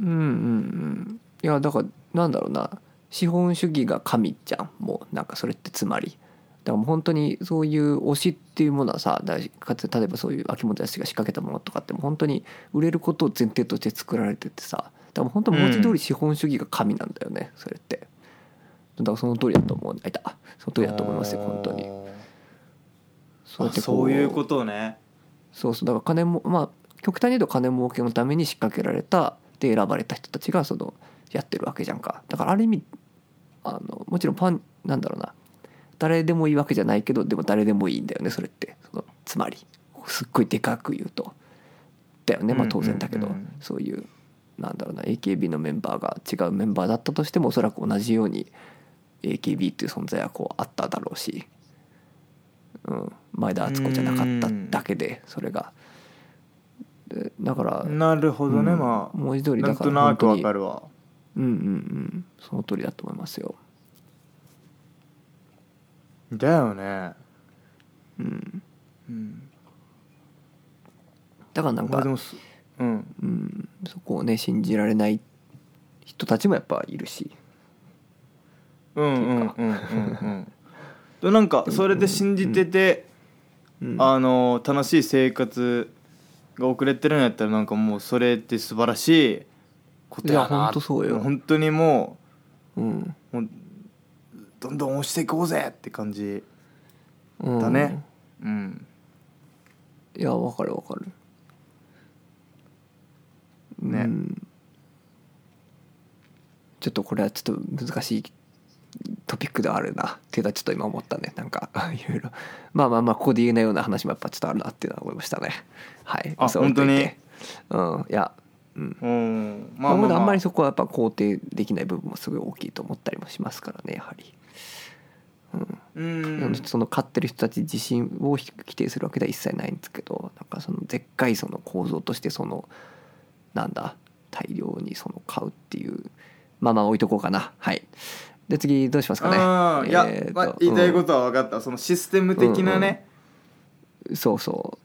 S2: うんうんうんいやだからなんだろうな資本主義が神じゃんもうなんかそれってつまりだからもう本当にそういう推しっていうものはさだかつ例えばそういう秋元康が仕掛けたものとかってもう本当に売れることを前提として作られててさだからもう本当文字通り資本主義が神なんだよね、それってだからその通りだと思うあいたその通りだと思いますよ本当に
S1: あ
S2: そ
S1: ーあそういうことね
S2: そうそうだから金もまあ極端に言うと金儲けのために仕掛けられたで選ばれた人たちがそのやってるわけじゃんかだからある意味あのもちろんパンなんだろうな誰でもいいわけじゃないけどでも誰でもいいんだよねそれってそのつまりすっごいでかく言うとだよねまあ当然だけど、
S1: うんうんうんうん
S2: そういうなんだろうな AKB のメンバーが違うメンバーだったとしてもおそらく同じように AKB っていう存在はこうあっただろうし、うん、前田敦子じゃなかっただけでそれがでだから
S1: なるほどね、
S2: うん
S1: まあ
S2: 文字通り
S1: な
S2: だ
S1: ん
S2: から
S1: となくわか
S2: る
S1: るわ
S2: うんうんうんその通りだと思いますよ
S1: だよね
S2: うん
S1: うん
S2: だからなん
S1: まあ
S2: か
S1: でもすうん
S2: うんそこをね信じられない人たちもやっぱいるし
S1: うんうんうんうんうんでなんかそれで信じてて、
S2: うん
S1: あの楽しい生活が送れてるんやったらなんかもうそれって素晴らしいことやない
S2: やほんとそうよ
S1: 本当にも
S2: うん
S1: うもうどんどん押していこうぜって感じ
S2: うん
S1: だねうん、
S2: いやわかるわかる
S1: ね
S2: うんちょっとこれはちょっと難しいトピックではあるなっていうのはちょっと今思ったねなんか いろいろまあまあまあここで言えないような話もやっぱちょっとあるなっていうのは思いましたねはい
S1: あ
S2: そう置いといてうんいやうん
S1: うん、
S2: まあ、まだあんまりそこはやっぱ肯定できない部分もすごい大きいと思ったりもしますからねやはり、
S1: う
S2: なんのでその飼ってる人たち自身を否定するわけでは一切ないんですけどなんかそのでっかいその構造としてそのなんだ大量にその飼うっていうまあまあ置いとこうかなはいで次どうしますかね
S1: うんいや、
S2: えーと
S1: まあ、言いたいこ
S2: う
S1: とは分かった、そのシステム的なね、
S2: んそうそう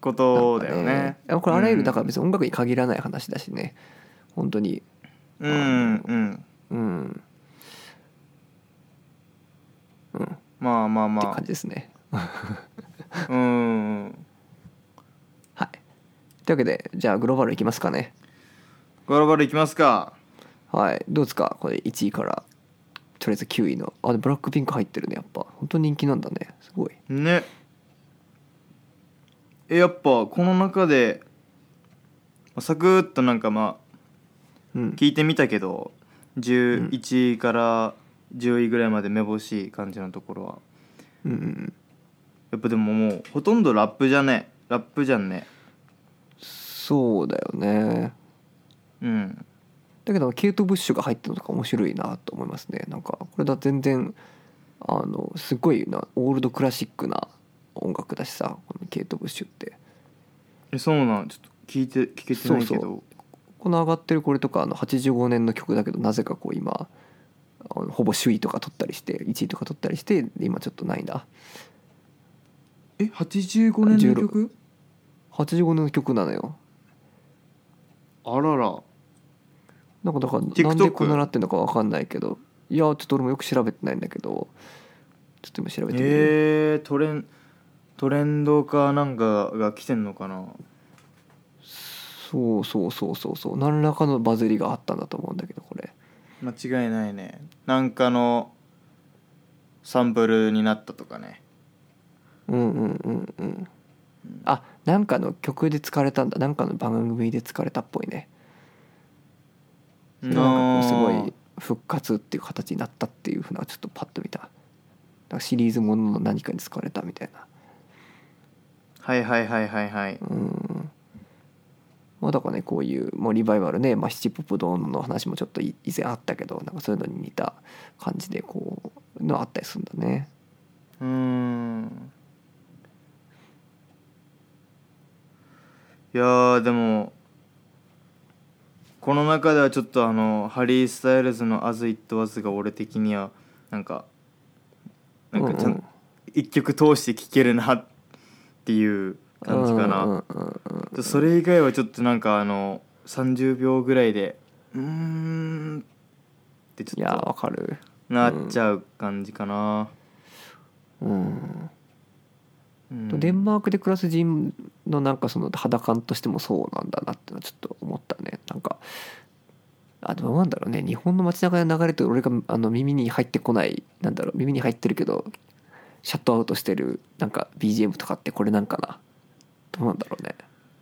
S1: ことだよね
S2: なんかいやこれあらゆ
S1: う
S2: る
S1: ん
S2: だから別に音楽に限らない話だしね本当に
S1: うんうん
S2: うんうんって
S1: まあまあま
S2: 感じですね
S1: あうんうん
S2: はいというわけでじゃあグローバルいきますかね
S1: ゴロゴロいきますか
S2: はいどうですかこれ1位からとりあえず9位のあでブラックピンク入ってるねやっぱ本当人気なんだねすごい
S1: ねえやっぱこの中でサクッとなんかま
S2: うん
S1: あ聞いてみたけど11位から10位ぐらいまでめぼしい感じのところは
S2: うんうんうん
S1: やっぱでももうほとんどラップじゃねラップじゃんね
S2: そうだよね
S1: うん
S2: だけどケイト・ブッシュが入ってるのとか面白いなと思いますねなんかこれだ全然あのすごいなオールドクラシックな音楽だしさこのケイト・ブッシュって
S1: えそうなんちょっと聞いて聞けてないけど
S2: そうそこの上がってるこれとかあの85年の曲だけどなぜかこう今あのほぼ首位とか取ったりして1位とか取ったりしてで今ちょっとないな
S1: え85年の
S2: 16
S1: 曲
S2: 85年の曲なのよ
S1: あらら
S2: なんかだから
S1: TikTok
S2: なんでこんななってんのかわかんないけどいやちょっと俺もよく調べてないんだけどちょっと今調べてみる、
S1: えー、トレントレンドかなんかが来てんのかな
S2: そうそうそうそうそう何らかのバズりがあったんだと思うんだけどこれ
S1: 間違いないねなんかのサンプルになったとかね
S2: うんうんうんうんあなんかの曲で使われたんだなんかの番組で使われたっぽいねなんかこうすごい復活っていう形になったっていうふうなちょっとパッと見たなんかシリーズものの何かに使われたみたいな
S1: はいはいはいはいはい
S2: うんまあだからねこういうもうリバイバルね、まあ、シチポップドーンの話もちょっとい以前あったけどなんかそういうのに似た感じでこうのあったりするんだね
S1: うーんいやーでもこの中ではちょっとあのハリー・スタイルズの「As It Was」が俺的にはなんかなんかちゃ
S2: うんうん
S1: ん一曲通して聴けるなっていう感じかな、
S2: うんうんうんうん
S1: でそれ以外はちょっとなんかあの30秒ぐらいでうーんってち
S2: い
S1: ょ
S2: や
S1: っ
S2: ーわかる
S1: となっちゃう感じかな、
S2: うん
S1: うん
S2: デンマークで暮らす人のなんかその肌感としてもそうなんだなってのはちょっと思ったねなんかあでもなんだろうね日本の街中で流れてる俺があの耳に入ってこないなんだろう耳に入ってるけどシャットアウトしてるなんか BGM とかってこれなんかなどうなんだろうね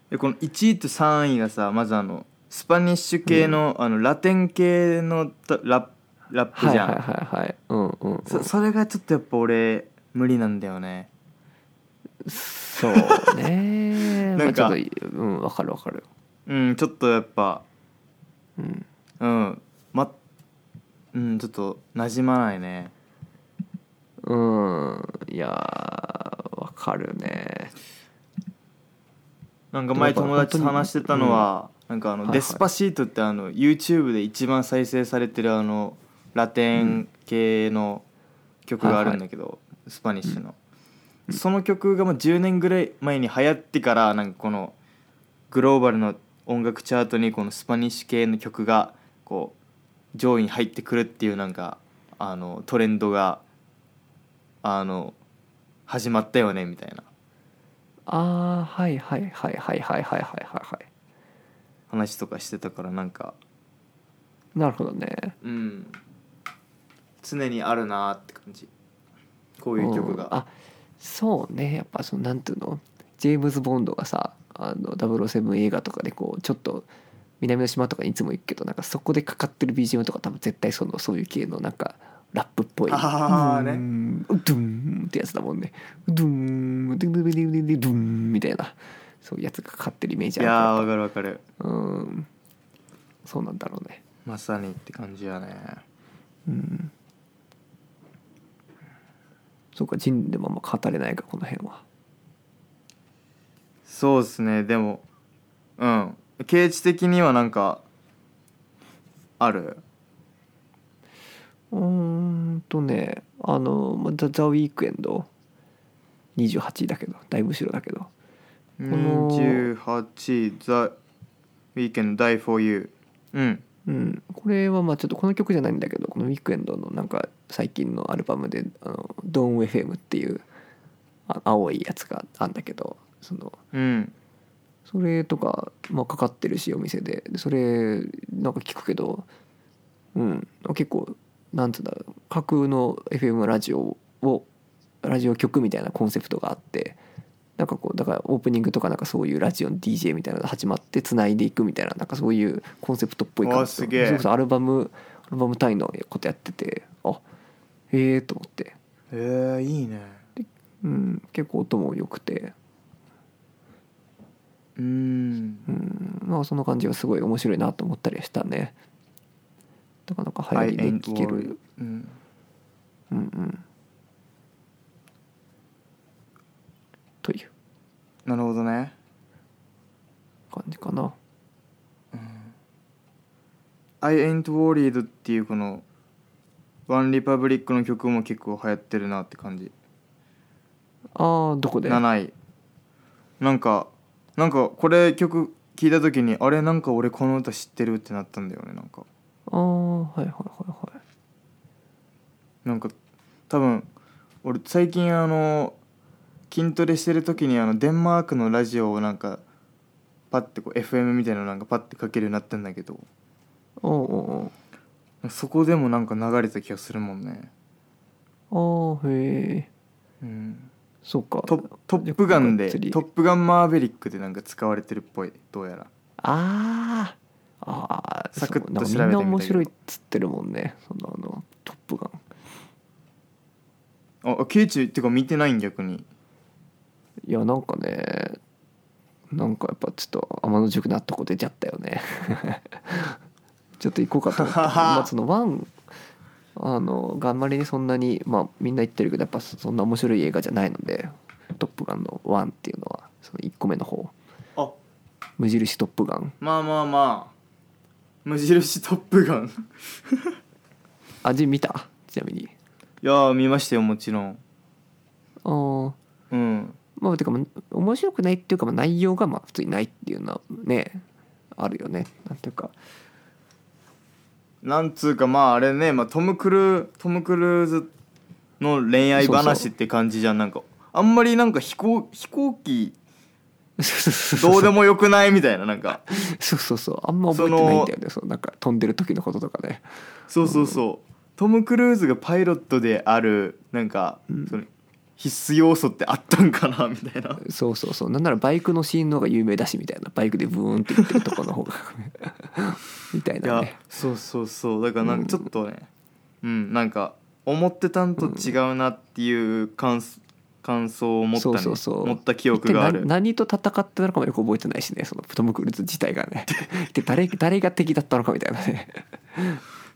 S1: でこの1位と3位がさまずあのスパニッシュ系の,、あのラテン系のたラップラップ
S2: はい
S1: じ
S2: は
S1: ゃ
S2: い
S1: ん、
S2: はいはいうんうん、うん、
S1: そそれがちょっとやっぱ俺無理なんだよね
S2: そう ね
S1: なんか
S2: まあちょっとうんわかるわかる
S1: うんちょっとやっぱ
S2: うん
S1: うんまうんちょっと馴染まないね
S2: うんいやーわかるね
S1: なんか前友達と話してたのはなんかあ
S2: は
S1: の
S2: いはい
S1: デスパシートってあの YouTube で一番再生されてるあのラテン系の曲があるんだけどスパニッシュのその曲がまあ10年ぐらい前に流行ってからなんかこのグローバルの音楽チャートにこのスパニッシュ系の曲がこう上位に入ってくるっていうなんかあのトレンドがあの始まったよねみたいな
S2: ああはいはいはいはいはいはいはいはいは
S1: 話とかしてたからなんか
S2: いなるほどね
S1: うん常にあるなーって感じこういう曲が、
S2: んあそうねやっぱそのなんていうのジェームズ・ボンドがさあの007映画とかでこうちょっと南の島とかにいつも行くけどなんかそこでかかってる BGM とか多分絶対そのそういう系のなんかラップっぽい
S1: あーね
S2: うーんドゥーンってやつだもんねドゥーンドゥンドゥンドゥンドゥンドゥンドゥンみたいなそういうやつがかかってるイメージ
S1: い
S2: ある
S1: やー
S2: か
S1: わかるわかる
S2: らうんそうなんだろうね
S1: まさにって感じやね
S2: うんそうかジンでもあんま語れないかこの辺は
S1: そうですねでもうん形地的にはなんかある
S2: うーんとねあのまあザ・ザ・ウィークエンド28位だけどだいぶ後ろだけどの
S1: 28 The Weekend Die for You うん
S2: うんこれはまあちょっとこの曲じゃないんだけどこのウィークエンドのなんか最近のアルバムで「あのドーン FM」っていうあ青いやつがあんだけどその
S1: うん
S2: それとか、まあ、かかってるしお店ででそれなんか聞くけどうん結構なんつうんだろう架空の FM ラジオをラジオ局みたいなコンセプトがあってなんかこうだからオープニングとかなんかそういうラジオの DJ みたいなのが始まってつないでいくみたいななんかそういうコンセプトっぽい感
S1: わあ
S2: じ
S1: すげえ
S2: そうそうアルバムアルバム単位のことやっててあへえと思って、
S1: えー、いいね
S2: うん、結構音も良くて
S1: うん
S2: うんまあその感じはすごい面白いなと思ったりはしたねなかなか流行りで
S1: I ain't
S2: 聴け
S1: worried
S2: る
S1: うん
S2: うんうんという
S1: なるほどね
S2: 感じかな
S1: I Ain't Worried っていうこのワンリパブリックの曲も結構流行ってるなって感じ
S2: あーどこであ
S1: 7位なんかなんかこれ曲聞いた時にあれなんか俺この歌知ってるってなったんだよねなんか
S2: あーはいはいはいはい
S1: なんか多分俺最近あの筋トレしてる時にあのデンマークのラジオをなんかパッてこう FM みたいなのなんかパッてかけるようになったんだけど
S2: おうおう
S1: そこでもなんか流れた気がするもんね
S2: おうあーへえ
S1: うん
S2: そうか
S1: トトップガン
S2: が
S1: で
S2: っつり
S1: 「トップガンマーヴェリック」でなんか使われてるっぽいどうやら
S2: あーあー
S1: サクッと
S2: そうなんか
S1: 調べてみたけど
S2: みんな面白いっつってるもんねそのあのトップガン
S1: ああケイチってか見てないん逆に
S2: いやなんかねなんかやっぱちょっと天の塾納得出ちゃったよね ちょっと行こうかと思ったまあそのワンあのガンマリにそんなにまあみんな言ってるけどやっぱそんな面白い映画じゃないので「トップガン」の「ワン」っていうのはその1個目の方
S1: あ
S2: 無印「トップガン
S1: まあまあまあ無印トップガン い」
S2: 味見たちなみに
S1: やー見ましたよもちろん
S2: あー
S1: うん
S2: まあてかまあ面白くないっていうか、まあ、内容がまあ普通にないっていうのはねあるよねなんていうか
S1: なんつうかまああれね、まあ、トム・クルートム・クルーズの恋愛話って感じじゃんなんかあんまりなんか飛行飛行 機どうでもよくないみたいななんか
S2: そうそうそうあんま覚えてないんだよねそうなんか飛んでる時のこととかね
S1: そうそうそうトム・クルーズがパイロットであるなんか、
S2: うん
S1: その必須要素ってあったんかなみたいな
S2: そうそうそうなんならバイクのシーンの方が有名だしみたいなバイクでブーンって行ってるとこの方が みたい
S1: い
S2: な
S1: や
S2: ね
S1: そうそうそうだからなん
S2: うん
S1: かちょっとねうん、なんか思ってたんと違うなっていう感想感想を持った、
S2: そ
S1: ね、
S2: うそうそう
S1: 持った記憶があ
S2: 一体
S1: る
S2: 何何と戦ってたのかもよく覚えてないしねそのトム・クルーズ自体がね で誰誰が敵だったのかみたいなね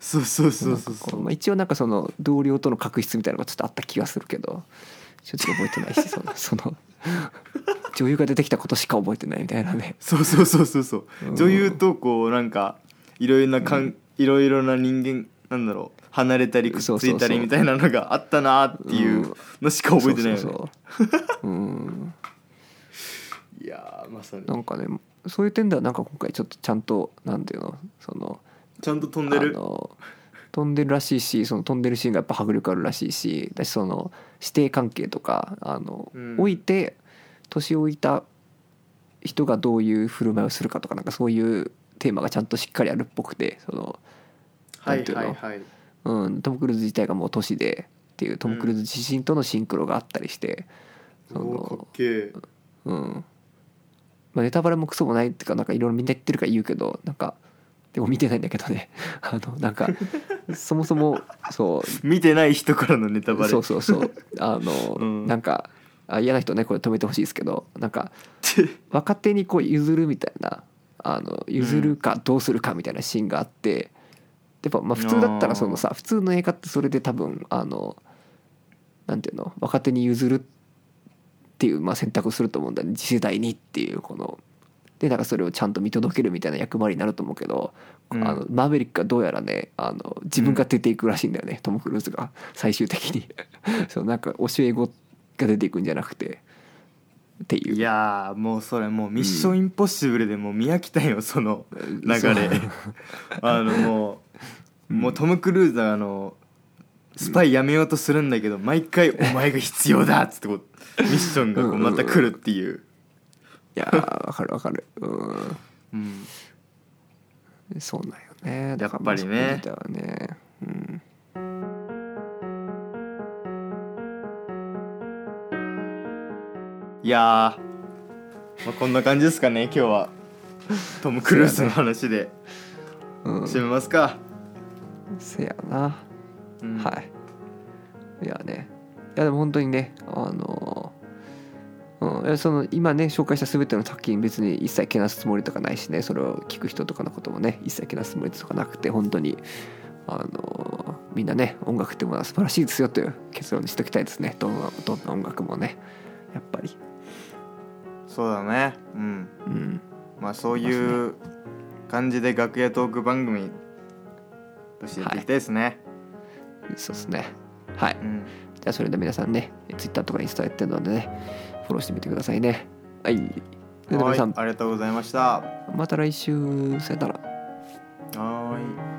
S1: そうそうそうそうそ
S2: なんかこ
S1: う
S2: まあ、一応なんかその同僚との確執みたいなのがちょっとあった気がするけどちょっと覚えてないしそのそ の女優が出てきたことしか覚えてないみたいなね
S1: そうそうそうそうそう
S2: うん
S1: 女優とこうなんかいろいろなかん、いろいろな人間なんだろう離れたりくっつ
S2: そうそう
S1: いた
S2: そう
S1: りみたいなのがあったなっていうのしか覚えてないよね、
S2: そうそうそううん
S1: いやーまさに
S2: なんかねそういう点ではなんか今回ちょっとちゃんとなんていうのその
S1: ちゃんと飛んで
S2: あ
S1: る
S2: の飛んでるらしいしその飛んでるシーンがやっぱ迫力あるらしいしだしその師弟関係とかあの、
S1: うん
S2: 老いて年老いた人がどういう振る舞いをするかとかなんかそういうテーマがちゃんとしっかりあるっぽくてその、
S1: は
S2: なん
S1: い
S2: ていうの
S1: はいはい
S2: うん、トム・クルーズ自体がもう年でっていうトム・クルーズ自身とのシンクロがあったりして、その
S1: おーかっけえ
S2: うんまあ、ネタバレもクソもないっていうかなんかいろいろみんな言ってるから言うけどなんかでも見てないんだけどね あのなんかそもそもそ
S1: 見てない人からのネタバ
S2: う
S1: レ
S2: そうそうそうあの、
S1: うん
S2: なんかあ嫌な人ねこれ止めてほしいですけどなんか
S1: って
S2: 若手にこう譲るみたいなあの譲るかどうするかみたいなシーンがあって、やっぱまあ普通だったらそのさ普通の映画ってそれで多分あのなんていうの若手に譲るっていうまあ選択をすると思うんだね次世代にっていうこのでなんかそれをちゃんと見届けるみたいな役割になると思うけど、
S1: うん
S2: あのマーベリックがどうやらねあの自分が出ていくらしいんだよね、トム・クルーズが最終的に そうなんか教え子が出ていくんじゃなくてってい う
S1: いやーもうそれもう「ミッションインポッシブル」でもう見飽きたよその流れ、
S2: そう
S1: あのもう,、もうトム・クルーズはあのスパイやめようとするんだけど毎回「お前が必要だ」っつってこうミッションがこう
S2: うんうん
S1: また来るっていう、
S2: いやーわかるわかるう
S1: うん、
S2: んそうなんよねだから
S1: やっぱりね
S2: まあそういう意味ではねうん
S1: いやー、まあ、こんな感じですかね今日はトム・クルーズの話で
S2: うん
S1: 締めますか、
S2: せやな、
S1: うん
S2: はいいやねいやでも本当にねあのーうんいや、その今ね紹介した全ての作品別に一切けなすつもりとかないしねそれを聞く人とかのこともね一切けなすつもりとかなくて本当にあのーみんなね音楽ってものは素晴らしいですよという結論にしときたいですねどんなどんな音楽もねやっぱり
S1: そうだねうん
S2: うん
S1: まあそういう感じで楽屋トーク番組としてやっていきたいですね、
S2: そうですねはい
S1: うん
S2: じゃあそれでは皆さんね、ツイッターとかインスタやってるのでね、フォローしてみてくださいね。はい。それでは
S1: は
S2: 皆
S1: い
S2: さん、
S1: ありがとうございましたは
S2: また来週、さよなら。
S1: ーい